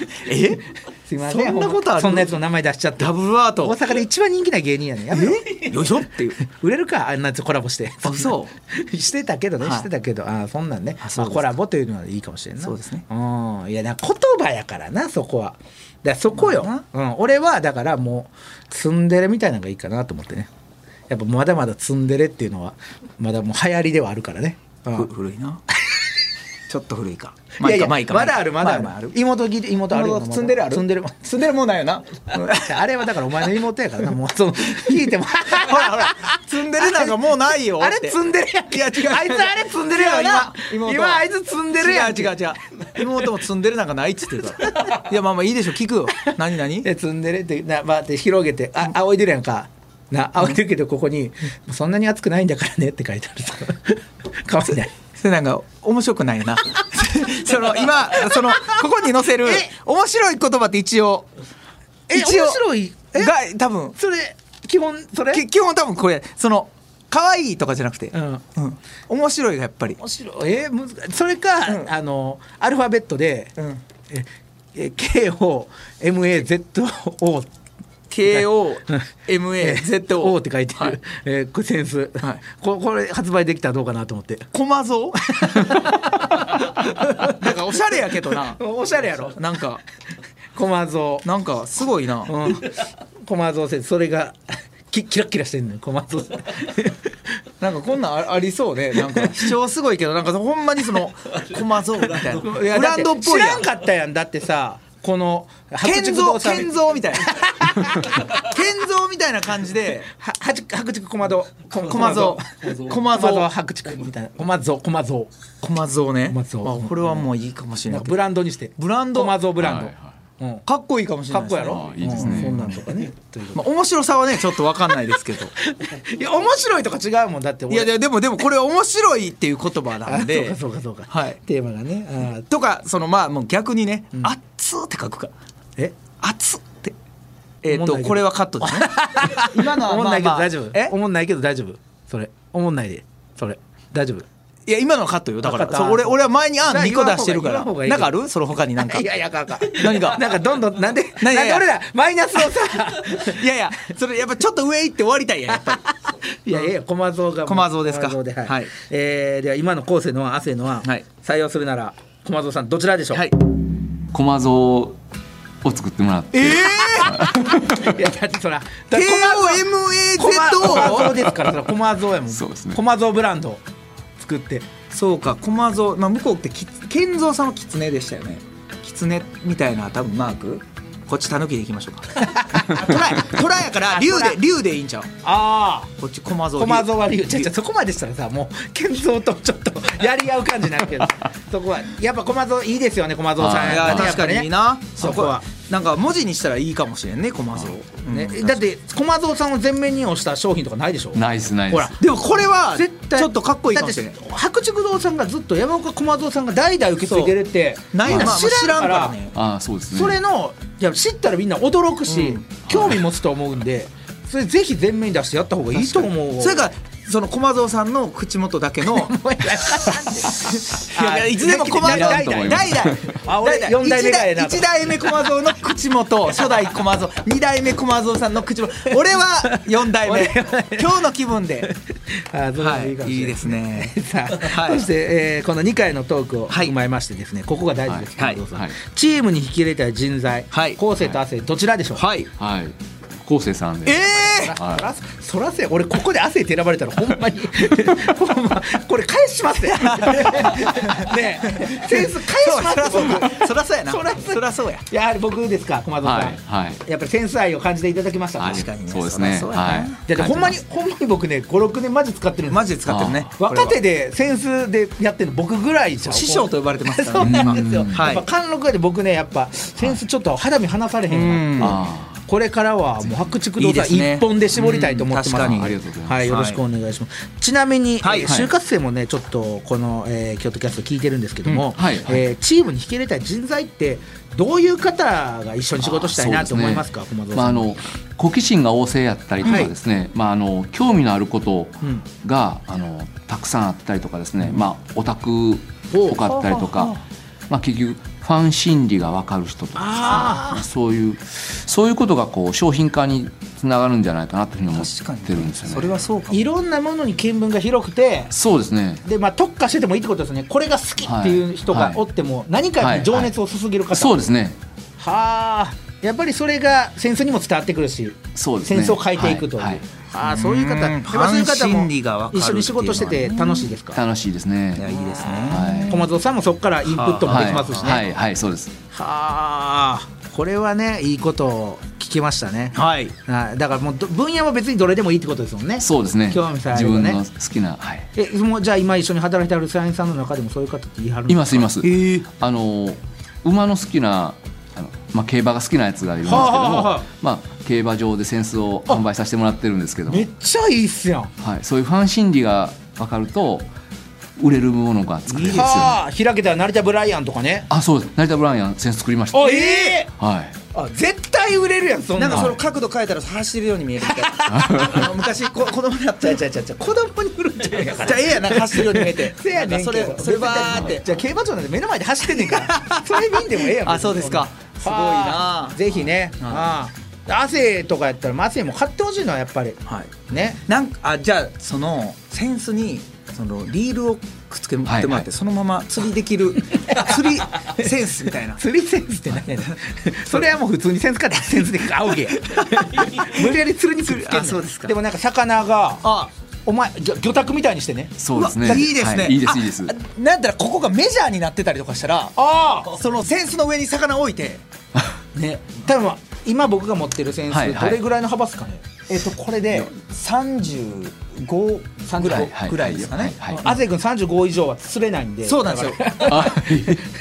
[SPEAKER 2] <laughs> え
[SPEAKER 1] <laughs> すいません
[SPEAKER 2] そんなことある
[SPEAKER 1] そんなやつの名前出しちゃって
[SPEAKER 2] ダブルアー
[SPEAKER 1] 大
[SPEAKER 2] ト
[SPEAKER 1] 阪で一番人気ない芸人やねんやめろ
[SPEAKER 2] よいしょっていう
[SPEAKER 1] <laughs> 売れるかあんなやつコラボして
[SPEAKER 2] あそ
[SPEAKER 1] <laughs> してたけどね、
[SPEAKER 2] はい
[SPEAKER 1] してたけどあーそんなんね
[SPEAKER 2] あそ
[SPEAKER 1] まあ、
[SPEAKER 2] うですか
[SPEAKER 1] コラボというのはいいかもしれんな
[SPEAKER 2] そうですね
[SPEAKER 1] うんいやな言葉やからなそこはだからそこよ、
[SPEAKER 2] ま
[SPEAKER 1] うん、俺はだからもうツンデレみたいなのがいいかなと思ってねやっぱまだまだツンデレっていうのはまだもう流行りではあるからね、うん
[SPEAKER 2] ふ古
[SPEAKER 1] <laughs>
[SPEAKER 2] いなちょっと古いかまあいい
[SPEAKER 1] いやい
[SPEAKER 2] か
[SPEAKER 1] や
[SPEAKER 2] まあいいか
[SPEAKER 1] まだあるまだある,、
[SPEAKER 2] ある
[SPEAKER 1] 妹ぎ妹ある
[SPEAKER 2] 妹ツンデレある
[SPEAKER 1] ツンデレも
[SPEAKER 2] 積んでるもんないよな
[SPEAKER 1] <laughs> あれはだからお前の妹やからなもうその聞いても
[SPEAKER 2] <laughs> ほらほら積んでるなんかもうないよ
[SPEAKER 1] あれ積んでるやん
[SPEAKER 2] いや違う
[SPEAKER 1] あいつあれ積んでるやん今
[SPEAKER 2] 妹
[SPEAKER 1] 今あいつ積んでるやん
[SPEAKER 2] 違う違う違う妹も積んでるなんかないっつってるからいやまあまあいいでしょ聞くよ何
[SPEAKER 1] <laughs>
[SPEAKER 2] 何
[SPEAKER 1] でツンデレってなバーって広げてあ仰いでるやんかな仰いでるけどここに「そんなに熱くないんだからね」って書いてあるさ <laughs> かわいない
[SPEAKER 2] それなんか面白くないよな <laughs> その今そのここに載せる面白い言葉って一応
[SPEAKER 1] え
[SPEAKER 2] 一応
[SPEAKER 1] 面白いえ
[SPEAKER 2] が多分
[SPEAKER 1] それ基本それ
[SPEAKER 2] き基本多分これその可愛いとかじゃなくて、
[SPEAKER 1] うん
[SPEAKER 2] うん面白いがやっぱり
[SPEAKER 1] 面白いえむずそれか、あのアルファベットで、
[SPEAKER 2] うん
[SPEAKER 1] ええ KOMAZO <laughs>
[SPEAKER 2] KOMAZO
[SPEAKER 1] おって書いてる、
[SPEAKER 2] はい
[SPEAKER 1] えー、これセンス、
[SPEAKER 2] はい
[SPEAKER 1] ここれ発売できたらどうかなと思って <laughs>
[SPEAKER 2] 駒蔵なんかおしゃれやけどな
[SPEAKER 1] おしゃれやろ
[SPEAKER 2] なんか
[SPEAKER 1] 駒蔵
[SPEAKER 2] なんかすごいな、
[SPEAKER 1] うん駒蔵先生それがキキラッキラしてんのよ駒蔵先
[SPEAKER 2] なんかこんなんあありそう <laughs> ねなんか主張すごいけどなんかほんまにそ
[SPEAKER 1] <laughs>
[SPEAKER 2] の駒蔵みたいな
[SPEAKER 1] 生いや
[SPEAKER 2] ブランドっぽい
[SPEAKER 1] だ
[SPEAKER 2] や
[SPEAKER 1] て
[SPEAKER 2] ん
[SPEAKER 1] 知らんかったやんだってさこの
[SPEAKER 2] 建造
[SPEAKER 1] さん
[SPEAKER 2] 建造み
[SPEAKER 1] <laughs>
[SPEAKER 2] たいな建造みたいな感じで
[SPEAKER 1] は白白竹駒蔵
[SPEAKER 2] 駒蔵
[SPEAKER 1] 駒
[SPEAKER 2] 駒
[SPEAKER 1] 蔵
[SPEAKER 2] 蔵
[SPEAKER 1] 白竹みたいな駒蔵駒蔵
[SPEAKER 2] 駒蔵ね
[SPEAKER 1] 駒蔵
[SPEAKER 2] あこれはもういいかもしれ
[SPEAKER 1] な
[SPEAKER 2] なんい
[SPEAKER 1] かブランドにして
[SPEAKER 2] ブランド
[SPEAKER 1] 駒蔵ブランド、
[SPEAKER 5] はいは
[SPEAKER 1] うん、
[SPEAKER 2] かっこいいかもし
[SPEAKER 1] か
[SPEAKER 2] れない
[SPEAKER 1] っ
[SPEAKER 2] で
[SPEAKER 1] こ
[SPEAKER 2] す
[SPEAKER 1] いいやろ
[SPEAKER 2] ね
[SPEAKER 5] いいですね
[SPEAKER 1] うんそんなんとかねというこ
[SPEAKER 2] まあ面白さはねちょっとわかんないですけど
[SPEAKER 1] と <laughs> いや面白いとか違うもんだって俺
[SPEAKER 2] いやいやでもでもこれは面白いっていう言葉な
[SPEAKER 1] あ
[SPEAKER 2] んで
[SPEAKER 1] そうかそうかそうか、
[SPEAKER 2] はい
[SPEAKER 1] テーマがねあー
[SPEAKER 2] とかそのまあもう逆にね「熱っつ」って書くか
[SPEAKER 1] え
[SPEAKER 2] 「熱っ」ってえっ、
[SPEAKER 1] おもんない
[SPEAKER 2] と
[SPEAKER 1] けど
[SPEAKER 2] これはカット
[SPEAKER 1] <laughs>
[SPEAKER 2] ですね今の
[SPEAKER 1] お
[SPEAKER 2] は
[SPEAKER 1] もん
[SPEAKER 2] ま
[SPEAKER 1] な
[SPEAKER 2] あ
[SPEAKER 1] いけど
[SPEAKER 2] まあ
[SPEAKER 1] 大丈夫
[SPEAKER 2] え
[SPEAKER 1] おもんないけど大丈夫それおもんないでそれ大丈夫
[SPEAKER 2] いや今のはカットよだか
[SPEAKER 1] あ
[SPEAKER 2] ら
[SPEAKER 1] カット
[SPEAKER 2] そう俺俺は前に「あ
[SPEAKER 1] じゃあ
[SPEAKER 2] ん」2個出してるか
[SPEAKER 1] 言わ
[SPEAKER 2] ら
[SPEAKER 1] ん方がいい
[SPEAKER 2] なんかあるその他になん
[SPEAKER 1] <laughs>
[SPEAKER 2] か
[SPEAKER 1] いやいやあかんあかん
[SPEAKER 2] 何が
[SPEAKER 1] なんかどんどんなんで
[SPEAKER 2] 何
[SPEAKER 1] なんで
[SPEAKER 2] いやいや
[SPEAKER 1] 俺らマイナスをさ
[SPEAKER 2] <laughs> いやいやそれやっぱちょっと上行って終わりたいやんやっぱ
[SPEAKER 1] <laughs>
[SPEAKER 2] り
[SPEAKER 1] いやいや駒蔵が
[SPEAKER 2] 駒蔵ですか
[SPEAKER 1] 駒蔵ではい、
[SPEAKER 2] はい
[SPEAKER 1] えーでは今の後世の亜生のは、
[SPEAKER 2] はい
[SPEAKER 1] 採用するなら駒蔵さんどちらでしょう、
[SPEAKER 2] はい
[SPEAKER 5] 駒蔵を作ってもらって、
[SPEAKER 2] ええ
[SPEAKER 1] いやだってそらだから駒
[SPEAKER 2] KOMAZ
[SPEAKER 1] 駒蔵ですからそれ駒蔵やもん
[SPEAKER 5] そうですね
[SPEAKER 1] 駒蔵ブランド作って
[SPEAKER 2] そうか駒蔵、まあ、向こうってき健三さんは狐でしたよね狐みたいな多分マークこっち狸でいきましょうかトラやトラやから竜で竜でいいんちゃう
[SPEAKER 1] ああ
[SPEAKER 2] こっち駒蔵
[SPEAKER 1] 駒蔵は竜ちゃ
[SPEAKER 2] 竜
[SPEAKER 1] ちゃそこまでしたらさもう健三とちょっとやり合う感じになるけどそこはやっぱ駒蔵いいですよね駒蔵さん
[SPEAKER 2] い
[SPEAKER 1] やっぱ
[SPEAKER 2] や
[SPEAKER 1] ね
[SPEAKER 2] 確かにいい
[SPEAKER 1] やっぱね
[SPEAKER 2] な
[SPEAKER 1] そこは
[SPEAKER 2] なんか文字にしたらいいかもしれんねコマゾー
[SPEAKER 1] ね、だって駒蔵さんを全面に押した商品とかないでしょ
[SPEAKER 5] ないですないで
[SPEAKER 1] ほら
[SPEAKER 5] す
[SPEAKER 2] でもこれは
[SPEAKER 1] 絶対
[SPEAKER 2] ちょっとかっこいいかもしれ
[SPEAKER 1] だ
[SPEAKER 2] な
[SPEAKER 1] っ
[SPEAKER 2] い
[SPEAKER 1] て白竹堂さんがずっと山岡駒蔵さんが代々受け継いでるって
[SPEAKER 2] ない
[SPEAKER 1] みん
[SPEAKER 2] ま
[SPEAKER 1] な
[SPEAKER 2] あまあ
[SPEAKER 1] 知
[SPEAKER 2] 知
[SPEAKER 1] ら
[SPEAKER 2] ら
[SPEAKER 1] んか
[SPEAKER 2] んかららね
[SPEAKER 5] ああそうですね
[SPEAKER 1] それのいや知ったらみんな驚くし、興味持つと思うんでそれぜひ全面に出してやった方がいいと思う
[SPEAKER 2] それからその駒蔵さんの口元だけの
[SPEAKER 1] <laughs> もうやらかさんで
[SPEAKER 2] い <laughs> やいやいつでも駒蔵
[SPEAKER 1] 代々
[SPEAKER 2] 代々代
[SPEAKER 5] 代
[SPEAKER 2] 々
[SPEAKER 5] 々
[SPEAKER 1] あ俺四代目がええなと
[SPEAKER 2] 1代目駒蔵の口
[SPEAKER 1] <laughs>
[SPEAKER 2] 元初代駒蔵2代目駒蔵さんの口元俺は4代目今日の気分で
[SPEAKER 1] あどう
[SPEAKER 2] は
[SPEAKER 1] でもいいかも
[SPEAKER 2] い
[SPEAKER 1] し
[SPEAKER 2] いい
[SPEAKER 1] れない
[SPEAKER 2] ですね
[SPEAKER 1] さあ <laughs>
[SPEAKER 2] はい
[SPEAKER 1] そして、えーこの2回のトークを
[SPEAKER 2] はい
[SPEAKER 1] 踏まえましてですね、ここが大事です、
[SPEAKER 2] はい
[SPEAKER 1] 近藤さん
[SPEAKER 5] はい
[SPEAKER 1] チームに引き入れたい人材、
[SPEAKER 2] はい
[SPEAKER 1] 後世と亜生どちらでしょう、
[SPEAKER 2] はい
[SPEAKER 5] はい昴生さんで
[SPEAKER 2] ええ
[SPEAKER 5] はい
[SPEAKER 1] そらそらせや俺ここで汗って選ばれたらほんまに <laughs> ほんまこれ返し
[SPEAKER 5] <laughs>
[SPEAKER 1] ますよねえセンス返しますよ僕
[SPEAKER 2] そらそうやな
[SPEAKER 1] そらそう
[SPEAKER 2] そらそうや
[SPEAKER 1] やはり僕ですか駒
[SPEAKER 5] は
[SPEAKER 1] 澤さん、
[SPEAKER 5] いはい
[SPEAKER 1] やっぱりセンス愛を感じていただきましたか、
[SPEAKER 5] はい
[SPEAKER 1] だ
[SPEAKER 2] かにね
[SPEAKER 5] そうですね
[SPEAKER 2] そりゃそうやな
[SPEAKER 5] はい
[SPEAKER 1] ってほんまにほんまに僕ね56年マジ使ってるんです
[SPEAKER 2] マジで使ってるね
[SPEAKER 5] あ
[SPEAKER 1] 若手でセンスでやってるの僕ぐらいじゃん
[SPEAKER 2] 師匠と呼ばれてますか
[SPEAKER 1] <laughs> そ
[SPEAKER 2] ら
[SPEAKER 1] う
[SPEAKER 2] ね
[SPEAKER 1] なん
[SPEAKER 2] 今
[SPEAKER 1] ですよ、
[SPEAKER 2] はい
[SPEAKER 1] やっぱ貫禄で僕ねやっぱセンスちょっと肌身離されへんなって
[SPEAKER 5] あ
[SPEAKER 1] これからはもう白竹堂さん
[SPEAKER 2] いいですね
[SPEAKER 1] 一本で絞りたいと思ってます、
[SPEAKER 2] うん確かに
[SPEAKER 5] ありがとうございます
[SPEAKER 1] はいよろしくお願いします、ちなみに、
[SPEAKER 2] はい
[SPEAKER 1] えー就活生もねちょっとこの、えー京都キャスト聞いてるんですけども、
[SPEAKER 5] うんはいはい
[SPEAKER 1] えーチームに引き入れたい人材ってどういう方が一緒に仕事したいなと
[SPEAKER 5] あーそうですね
[SPEAKER 1] 思いますか駒
[SPEAKER 5] ー
[SPEAKER 1] 澤
[SPEAKER 5] まあ
[SPEAKER 1] さ
[SPEAKER 5] あ
[SPEAKER 1] ん、
[SPEAKER 5] の好奇心が旺盛やったりとかですね、まああの興味のあること
[SPEAKER 1] うん
[SPEAKER 5] が、あのたくさんあったりとかですね、まあオタクとかあったりと
[SPEAKER 1] おう
[SPEAKER 5] か、まあ結局ファン心理がわかる人とかですね
[SPEAKER 1] あー
[SPEAKER 5] そういうそういうことがこう商品化につながるんじゃないかなというふうに思
[SPEAKER 2] 確か
[SPEAKER 5] ってるん
[SPEAKER 2] に
[SPEAKER 5] ですよね。
[SPEAKER 2] それはそうかも
[SPEAKER 1] いろんなものに見聞が広くて
[SPEAKER 5] そうですね。
[SPEAKER 1] でまあ、特化しててもいいってことですね、これが好きっていう人がおっても、何かに情熱を注げる方、
[SPEAKER 5] そうですね。
[SPEAKER 1] はあやっぱりそれが戦争にも伝わってくるし
[SPEAKER 5] そうです
[SPEAKER 1] 戦
[SPEAKER 5] ね。
[SPEAKER 1] 争を変えていくという、
[SPEAKER 5] はいはい
[SPEAKER 1] ああそういう方
[SPEAKER 2] うん
[SPEAKER 1] やっぱそういう方
[SPEAKER 2] 反
[SPEAKER 1] も
[SPEAKER 2] 心理が分かる
[SPEAKER 1] 一緒に仕事してて楽しいですか
[SPEAKER 5] 楽しいです
[SPEAKER 2] いやい
[SPEAKER 5] ね。
[SPEAKER 2] いですね
[SPEAKER 5] はい。
[SPEAKER 1] 小松さんもそこからインプットもできますしねは
[SPEAKER 5] はいはいはいそうです。
[SPEAKER 1] あこれはねいいことを聞きましたね
[SPEAKER 2] はい
[SPEAKER 1] あだからもうど分野は別にどれでもいいってことですもんね
[SPEAKER 5] そうですね。
[SPEAKER 1] 興味さえあ
[SPEAKER 5] 自
[SPEAKER 1] ればね
[SPEAKER 5] 分の好きなはい。
[SPEAKER 1] えもうじゃあ今一緒に働いてある社員さんの中でもそういう方って言い張るん
[SPEAKER 5] い
[SPEAKER 1] ですか
[SPEAKER 5] ますいます。
[SPEAKER 2] ええ
[SPEAKER 5] あの馬の好きなあのまあ競馬が好きなやつがいるんですけども、
[SPEAKER 1] はあはあはあ
[SPEAKER 5] まあ競馬場で扇子を販売させてもらってるんですけども
[SPEAKER 1] め、っちゃいいっすやん
[SPEAKER 5] はいそういうファン心理が分かると売れるものが作れるんですよね。
[SPEAKER 1] はあ開けたら成田ブライアンとかね
[SPEAKER 5] あそうです成田ブライアン扇子作りました。
[SPEAKER 1] あ
[SPEAKER 5] はい。
[SPEAKER 1] ええあ絶対売れるやんそん
[SPEAKER 2] な
[SPEAKER 1] なん
[SPEAKER 2] かその角度変えたら走るように見えるみたい
[SPEAKER 1] <laughs>
[SPEAKER 2] なあの昔こ子供だったじゃじゃじゃ子供に振るんじゃじゃあええやな走るように見えて
[SPEAKER 1] <laughs> せやねんけど
[SPEAKER 2] なんかそれそれバーって
[SPEAKER 1] じゃあ競馬場なんて目の前で走ってんねんからそれ見んでもええやん
[SPEAKER 2] あそうですかすごいな
[SPEAKER 1] はあぜひねああ汗とかやったら汗も買ってほしいのはやっぱり
[SPEAKER 2] はい
[SPEAKER 1] ね
[SPEAKER 2] なんかあじゃあそのセンスにそのリールをくっつけてもらって、
[SPEAKER 5] はいはい
[SPEAKER 2] そのまま釣り
[SPEAKER 1] <laughs>
[SPEAKER 2] できる釣りセンスみたいな
[SPEAKER 1] 釣りセンスって何やねんそれはもう普通にセンス買ってセンスで仰
[SPEAKER 2] <laughs>
[SPEAKER 1] げや無理やり釣りに釣りつけん
[SPEAKER 2] あそうです
[SPEAKER 1] ねん
[SPEAKER 2] か
[SPEAKER 1] でもなんか魚が
[SPEAKER 2] あ
[SPEAKER 1] お前魚魚拓みたいにしてね
[SPEAKER 5] そうですね。
[SPEAKER 2] わいいですね、
[SPEAKER 5] はいいいですいいです。
[SPEAKER 2] ああなんだらここがメジャーになってたりとかしたら
[SPEAKER 1] ああ
[SPEAKER 2] そのセンスの上に魚置いて
[SPEAKER 1] ね多分今僕が持ってるセンス
[SPEAKER 5] は
[SPEAKER 1] ど
[SPEAKER 5] いはい
[SPEAKER 1] れぐらいの幅ですかねえっとこれで35ぐらい
[SPEAKER 5] はい
[SPEAKER 2] ぐらいですかね
[SPEAKER 5] はいはい
[SPEAKER 1] 亜生君35以上は釣れないんで
[SPEAKER 2] そうなんですよ
[SPEAKER 1] だから
[SPEAKER 5] あ
[SPEAKER 1] は、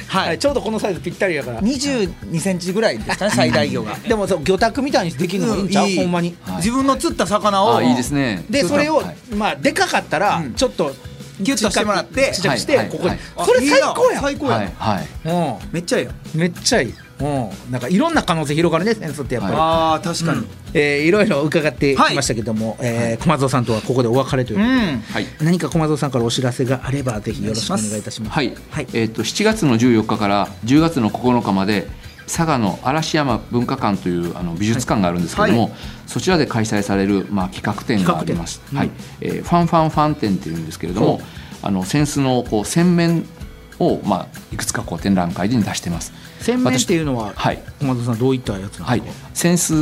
[SPEAKER 2] はいい
[SPEAKER 1] ちょうどこのサイズぴったりやから
[SPEAKER 2] 2 2ンチぐらいですかね最大魚が
[SPEAKER 1] でもそう魚拓みたいにできるのもいいんちゃう、ほんまに
[SPEAKER 5] はい
[SPEAKER 2] 自分の釣った魚を
[SPEAKER 5] あいいですね。
[SPEAKER 1] でそれを、
[SPEAKER 5] はい
[SPEAKER 1] まあでかかったら、
[SPEAKER 2] ん
[SPEAKER 1] ちょっと
[SPEAKER 2] ギュッとしてもらって
[SPEAKER 1] ちっちゃくして、
[SPEAKER 5] はい
[SPEAKER 1] ここに、
[SPEAKER 5] はい
[SPEAKER 2] あ
[SPEAKER 1] それ最高
[SPEAKER 2] いい
[SPEAKER 1] や
[SPEAKER 2] な最高や
[SPEAKER 5] は
[SPEAKER 2] ない
[SPEAKER 5] はい。
[SPEAKER 1] う
[SPEAKER 2] めっちゃええやん
[SPEAKER 1] んめっちゃいいうんなんかいろんな可能性広がるねセンスってやっぱり、
[SPEAKER 5] は
[SPEAKER 2] あー確かに
[SPEAKER 1] えーいろいろ伺ってきましたけども、えー駒蔵さんとはここでお別れということで、
[SPEAKER 2] うん
[SPEAKER 5] はい
[SPEAKER 1] 何か駒蔵さんからお知らせがあればぜひよろしくお願いいたします。
[SPEAKER 5] はい、
[SPEAKER 1] はい
[SPEAKER 5] えっ、と7月の14日から10月の9日まで佐賀の嵐山文化館というあの美術館があるんですけども、そちらで開催されるまあ企画展があります。はい、えーファンファンファン展っていうんですけれども、あの扇子のこう扇面をまあいくつかこう展覧会で出してます。
[SPEAKER 1] 洗面っていうのは、
[SPEAKER 5] はい
[SPEAKER 1] 駒蔵さんどういったやつな
[SPEAKER 5] は
[SPEAKER 1] ん
[SPEAKER 5] い
[SPEAKER 1] ですか。、
[SPEAKER 5] センス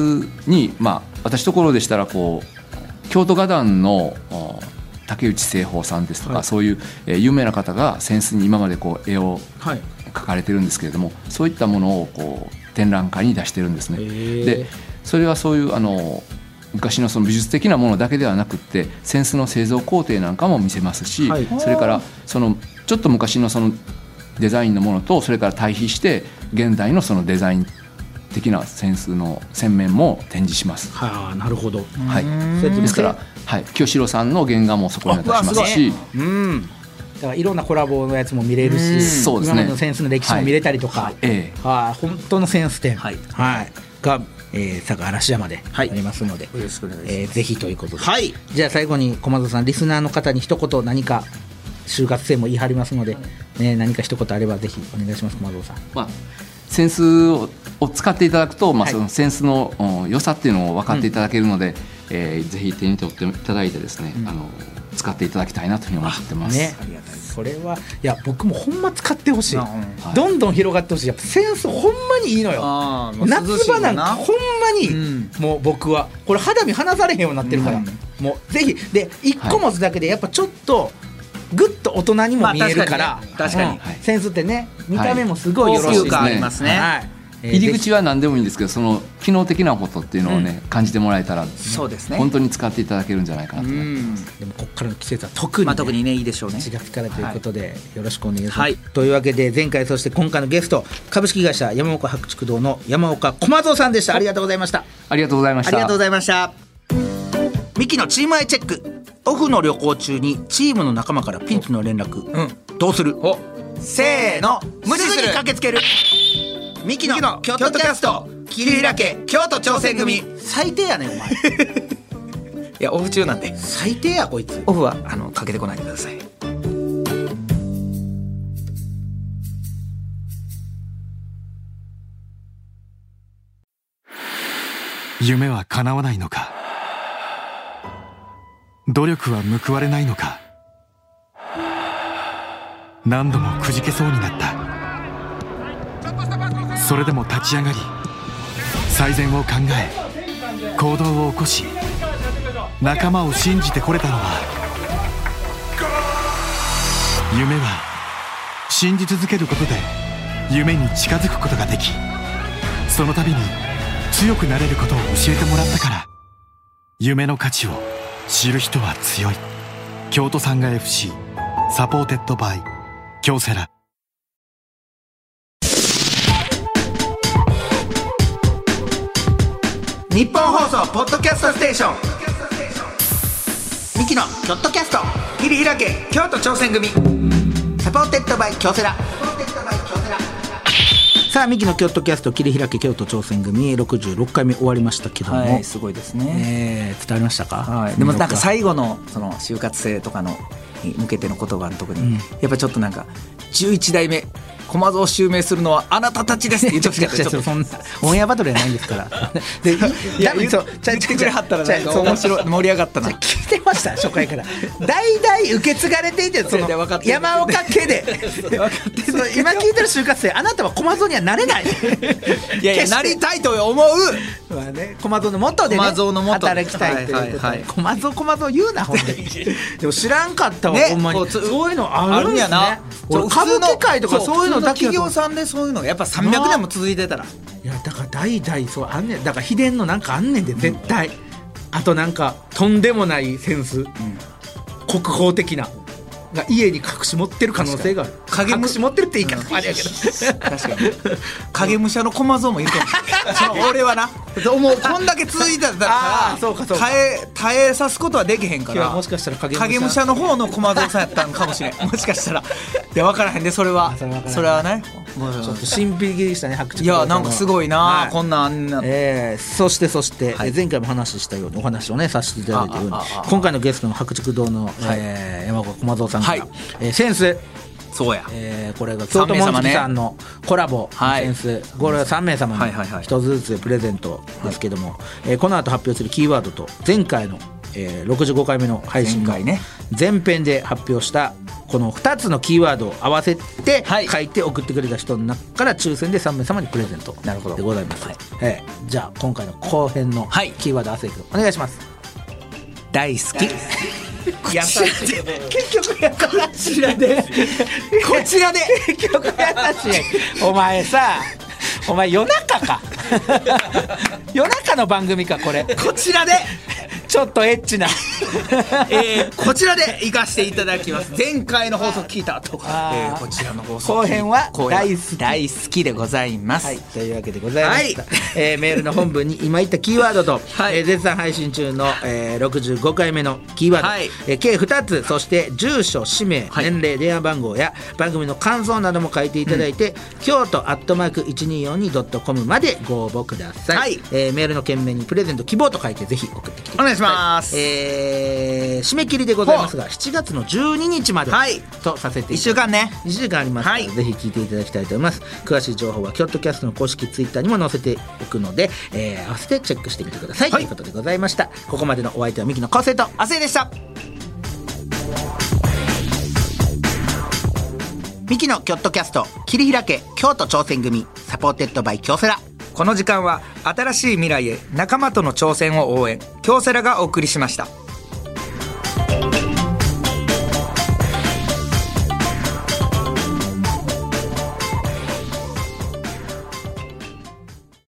[SPEAKER 5] に、まあ、私ところでしたらこう京都画壇のお竹内製法さんですとか、
[SPEAKER 1] はい
[SPEAKER 5] そういう、えー有名な方がセンスに今までこう絵を
[SPEAKER 1] はい。
[SPEAKER 5] 描かれてるんですけれどもそういったものをこう展覧会に出してるんですね。
[SPEAKER 1] ー
[SPEAKER 5] でそれはそういうあの昔のその美術的なものだけではなくってセンスの製造工程なんかも見せますし、
[SPEAKER 1] はい
[SPEAKER 5] それからそのちょっと昔のそのデザインのものとそれから対比して現代のそのデザイン的な扇子の扇面も展示します。
[SPEAKER 1] はあなるほど
[SPEAKER 5] はい、
[SPEAKER 1] そうやって
[SPEAKER 5] ですから、はい、清志郎さんの原画もそこに渡しますし、
[SPEAKER 1] うんだからいろんなコラボのやつも見れるし、
[SPEAKER 5] そうですね
[SPEAKER 1] 今まのセンスの歴史も見れたりとか、
[SPEAKER 5] ええ
[SPEAKER 1] はい本当のセンス展、
[SPEAKER 2] はい
[SPEAKER 1] が、えー、佐賀嵐山であ
[SPEAKER 2] い
[SPEAKER 1] りますので、
[SPEAKER 2] よろしくお願いします
[SPEAKER 1] えーぜひということで、
[SPEAKER 2] はい
[SPEAKER 1] じゃあ最後に駒田さんリスナーの方に一言何か就活生も言い張りますので、ね、何か一言あればぜひお願いします駒田さん
[SPEAKER 5] まあ、センスをを使っていただくと、まあ、
[SPEAKER 1] はい
[SPEAKER 5] そのセンスの、うん良さっていうのを分かっていただけるので、えーぜひ手に取っていただいてですね、あの使っていただきたいなというふうに思ってます。
[SPEAKER 1] ねそれはいや僕もほんま使ってほしい、
[SPEAKER 2] あうん
[SPEAKER 1] どんどん広がってほしいやっぱセンスほんまにいいのよ
[SPEAKER 2] あーまあ涼し
[SPEAKER 1] 夏
[SPEAKER 2] い
[SPEAKER 1] 場
[SPEAKER 2] も
[SPEAKER 1] なん
[SPEAKER 2] んな
[SPEAKER 1] かほんまに、
[SPEAKER 2] うん
[SPEAKER 1] もう僕はこれ肌身離されへんようになってるから、
[SPEAKER 2] うん
[SPEAKER 1] もうぜひで一個持つだけでやっぱちょっとぐっと大人にも見えるから、
[SPEAKER 2] まあ確かにね確か
[SPEAKER 5] に
[SPEAKER 1] うんセンスってね見た目もすごいよろしい
[SPEAKER 2] 高級
[SPEAKER 5] 高級
[SPEAKER 1] か
[SPEAKER 2] 感あ
[SPEAKER 5] 感あ
[SPEAKER 2] り
[SPEAKER 5] り
[SPEAKER 2] ま
[SPEAKER 5] ますす
[SPEAKER 2] ね、はい
[SPEAKER 1] いえー
[SPEAKER 5] 入り
[SPEAKER 1] ぜひ
[SPEAKER 5] 口は何でもいいんですけどその機能的なことっていうのをね、感じてもらえたら
[SPEAKER 2] そうですね
[SPEAKER 5] 本当に使っていただけるんじゃないかなと
[SPEAKER 2] う
[SPEAKER 5] 思います
[SPEAKER 2] ん
[SPEAKER 1] でもこっからの季節は特に、ね
[SPEAKER 2] まあ特にねいいでしょうね
[SPEAKER 1] 1月からということで、よろしくお願いします、
[SPEAKER 2] はい
[SPEAKER 1] というわけで前回そして今回のゲスト株式会社山岡白竹堂の山岡駒蔵さんでしたありがとうございました
[SPEAKER 5] ありがとうございま
[SPEAKER 2] あ
[SPEAKER 5] し
[SPEAKER 2] りが
[SPEAKER 5] た
[SPEAKER 2] とうございました
[SPEAKER 3] ミキのチームアイチェックオフの旅行中にチームの仲間からピンチの連絡、
[SPEAKER 2] うん
[SPEAKER 3] どうする
[SPEAKER 2] せーの無
[SPEAKER 3] 無
[SPEAKER 2] 視
[SPEAKER 3] 視
[SPEAKER 2] す
[SPEAKER 3] す
[SPEAKER 2] る
[SPEAKER 3] ぐに駆けつけるミキ
[SPEAKER 2] ミキの
[SPEAKER 3] の
[SPEAKER 2] 京
[SPEAKER 3] 京
[SPEAKER 2] 都
[SPEAKER 3] 都
[SPEAKER 2] キ
[SPEAKER 3] キ
[SPEAKER 2] ャ
[SPEAKER 3] ャ
[SPEAKER 2] ス
[SPEAKER 3] ス
[SPEAKER 2] ト
[SPEAKER 3] ト
[SPEAKER 2] 桐
[SPEAKER 3] 桐
[SPEAKER 2] 平
[SPEAKER 3] 平
[SPEAKER 2] 家
[SPEAKER 3] 家
[SPEAKER 2] 京
[SPEAKER 3] 京
[SPEAKER 2] 都
[SPEAKER 3] 都
[SPEAKER 2] 挑
[SPEAKER 3] 挑
[SPEAKER 2] 戦
[SPEAKER 3] 戦
[SPEAKER 2] 組
[SPEAKER 3] 組
[SPEAKER 1] 最低やねんお前
[SPEAKER 2] いやオフ中なんで
[SPEAKER 1] 最低やこいつ
[SPEAKER 2] オフはあのかけてこないでください
[SPEAKER 6] 夢は叶わないのか努力は報われないのか何度もくじけそうになったそれでも立ち上がり最善を考え行動を起こし仲間を信じてこれたのは夢は信じ続けることで夢に近づくことができその度に強くなれることを教えてもらったから夢の価値を知る人は強い京都産が FC サポーテッドバイ京セラ
[SPEAKER 3] 日本放送ポッドキャストステーションミキのキョットキャスト桐平家京都挑戦組サポーテッドバイ京セラ
[SPEAKER 1] さあミキの京都キャスト切り開け京都挑戦組66回目終わりましたけども、
[SPEAKER 2] はいすごいです
[SPEAKER 1] え
[SPEAKER 2] ね
[SPEAKER 1] ー伝わりましたか、
[SPEAKER 2] はい、でもなんか
[SPEAKER 1] さ
[SPEAKER 2] 最後のその就活生とかのに向けての言葉のとこに、やっぱちょっとなんか11代目駒蔵を襲名するのはあなたたちですって言ってほしかったですちょっと
[SPEAKER 1] そんな <laughs> オンエアバトルじゃないんです
[SPEAKER 2] <laughs>
[SPEAKER 1] からでい
[SPEAKER 2] いや言っ
[SPEAKER 1] そうちゃ
[SPEAKER 2] 言ってくれはったらなんか面白い <laughs> 盛り上がったな
[SPEAKER 1] 聞いてました初回から代々受け継がれてい
[SPEAKER 2] <laughs>
[SPEAKER 1] てその
[SPEAKER 2] いや分かってる
[SPEAKER 1] 山岡家で
[SPEAKER 2] <laughs>
[SPEAKER 1] その今聞いてる就活生あなたは駒蔵にはなれない
[SPEAKER 2] いやいや
[SPEAKER 1] 決して
[SPEAKER 2] なりたいと思う
[SPEAKER 1] まあね、駒蔵の元でね
[SPEAKER 2] 駒蔵の元で
[SPEAKER 1] 働きたいということで、
[SPEAKER 2] はいはいはい
[SPEAKER 1] 駒蔵駒蔵言うなほんとにでも知らんかったわ、
[SPEAKER 2] ね
[SPEAKER 1] ほんま
[SPEAKER 2] こ
[SPEAKER 1] に
[SPEAKER 2] うつ
[SPEAKER 1] そういうのあるんですね
[SPEAKER 2] ち
[SPEAKER 1] 俺
[SPEAKER 2] ょ
[SPEAKER 1] 歌舞
[SPEAKER 2] 普通の
[SPEAKER 1] 伎界とかそういうのだけや
[SPEAKER 2] 普通
[SPEAKER 1] と
[SPEAKER 2] の企業さんでそういうのがやっぱ300年も続いてたら
[SPEAKER 1] いやだから代々そうあんねんだから秘伝のなんかあんねんで絶対、あとなんかとんでもないセンス、国宝的なが家に隠し持ってる可能性がある
[SPEAKER 2] 確かに
[SPEAKER 1] 隠し持ってるって言い方、あれやけど
[SPEAKER 2] 確かに影武者の駒蔵もいるかもし
[SPEAKER 1] <laughs>
[SPEAKER 2] れないその俺はなもうこんだけ続いてた
[SPEAKER 1] あ
[SPEAKER 2] か
[SPEAKER 1] ーそうからそうか
[SPEAKER 2] 耐え耐えさすことはできへんか
[SPEAKER 1] 今日
[SPEAKER 2] ら
[SPEAKER 1] はもしかしたら影武者
[SPEAKER 2] 影武者の方の駒蔵さんやったんか
[SPEAKER 1] <laughs>
[SPEAKER 2] もしれんもしかしたらいや分からへんでそれは
[SPEAKER 1] あそれは分からへん
[SPEAKER 2] それはね
[SPEAKER 1] ちょっと神秘的でしたね白
[SPEAKER 2] いやなんかすごいな、
[SPEAKER 1] はい
[SPEAKER 2] こんなんあんな
[SPEAKER 1] えーそしてそして、
[SPEAKER 2] はい
[SPEAKER 1] えー前回も話したようにお話をねさせていただいたように
[SPEAKER 2] ああああ
[SPEAKER 1] 今回のゲストの白竹堂の、えー山岡駒蔵さんから、
[SPEAKER 2] はい
[SPEAKER 1] えーセンス、
[SPEAKER 2] そうや
[SPEAKER 1] えーこれが京都モンチキさんのコラボ、
[SPEAKER 2] はい
[SPEAKER 1] センスこれは3名様
[SPEAKER 2] はいはいは
[SPEAKER 1] に
[SPEAKER 2] い
[SPEAKER 1] 一つずつプレゼントですけども、えーこの後発表するキーワードと前回の、えー65回目の配信の
[SPEAKER 2] 前回ね
[SPEAKER 1] 前編で発表したこの2つのキーワードを合わせて
[SPEAKER 2] はい
[SPEAKER 1] 書いて送ってくれた人の中から抽選で3名様にプレゼント
[SPEAKER 2] なるほど
[SPEAKER 1] でございます、えーじゃあ今回の後編の
[SPEAKER 2] はい
[SPEAKER 1] キーワード亜生君お願いします
[SPEAKER 2] 大好き
[SPEAKER 1] 優しい <laughs> 結局優しいやで
[SPEAKER 2] こちらで
[SPEAKER 1] 結局優しいお前さお
[SPEAKER 2] <laughs>
[SPEAKER 1] 前夜中か夜中の番組かこれ
[SPEAKER 2] こちらで
[SPEAKER 1] ちょっとエッチな
[SPEAKER 2] えーこちらで行かせていただきます前回の放送聞いたと、え
[SPEAKER 1] あー
[SPEAKER 2] ーこちらの放送
[SPEAKER 1] 後編は大好き
[SPEAKER 2] 大好きでございます、
[SPEAKER 1] はい、というわけでございました、
[SPEAKER 2] はい
[SPEAKER 1] えーメールの本文に今言ったキーワードと、
[SPEAKER 2] はい
[SPEAKER 1] えー絶賛配信中の、えー65回目のキーワード、
[SPEAKER 2] はい
[SPEAKER 1] えー計2つそして住所氏名、
[SPEAKER 2] はい
[SPEAKER 1] 年齢電話番号や番組の感想なども書いていただいて、京都アットマーク 1242.com までご応募ください、
[SPEAKER 2] はい
[SPEAKER 1] えーメールの件名にプレゼント希望と書いてぜひ送ってきてくださ
[SPEAKER 2] お
[SPEAKER 1] い
[SPEAKER 2] 願いします、
[SPEAKER 1] えー締め切りでございますが7月の12日まで
[SPEAKER 2] はい
[SPEAKER 1] とさせていただきます
[SPEAKER 2] 一週間ね
[SPEAKER 1] 2週間ありますので、
[SPEAKER 2] はい
[SPEAKER 1] ぜひ聞いていただきたいと思います詳しい情報はキョットキャストの公式ツイッターにも載せておくので、えー合わせてチェックしてみてください、
[SPEAKER 2] はい
[SPEAKER 1] ということでございましたここまでのお相手はミキの昴生と
[SPEAKER 2] 亜生でした
[SPEAKER 3] ミキのキョットキャスト切り開け京都挑戦組サポーテッドバイ京セラ
[SPEAKER 2] この時間は新しい未来へ仲間との挑戦を応援京セラがお送りしました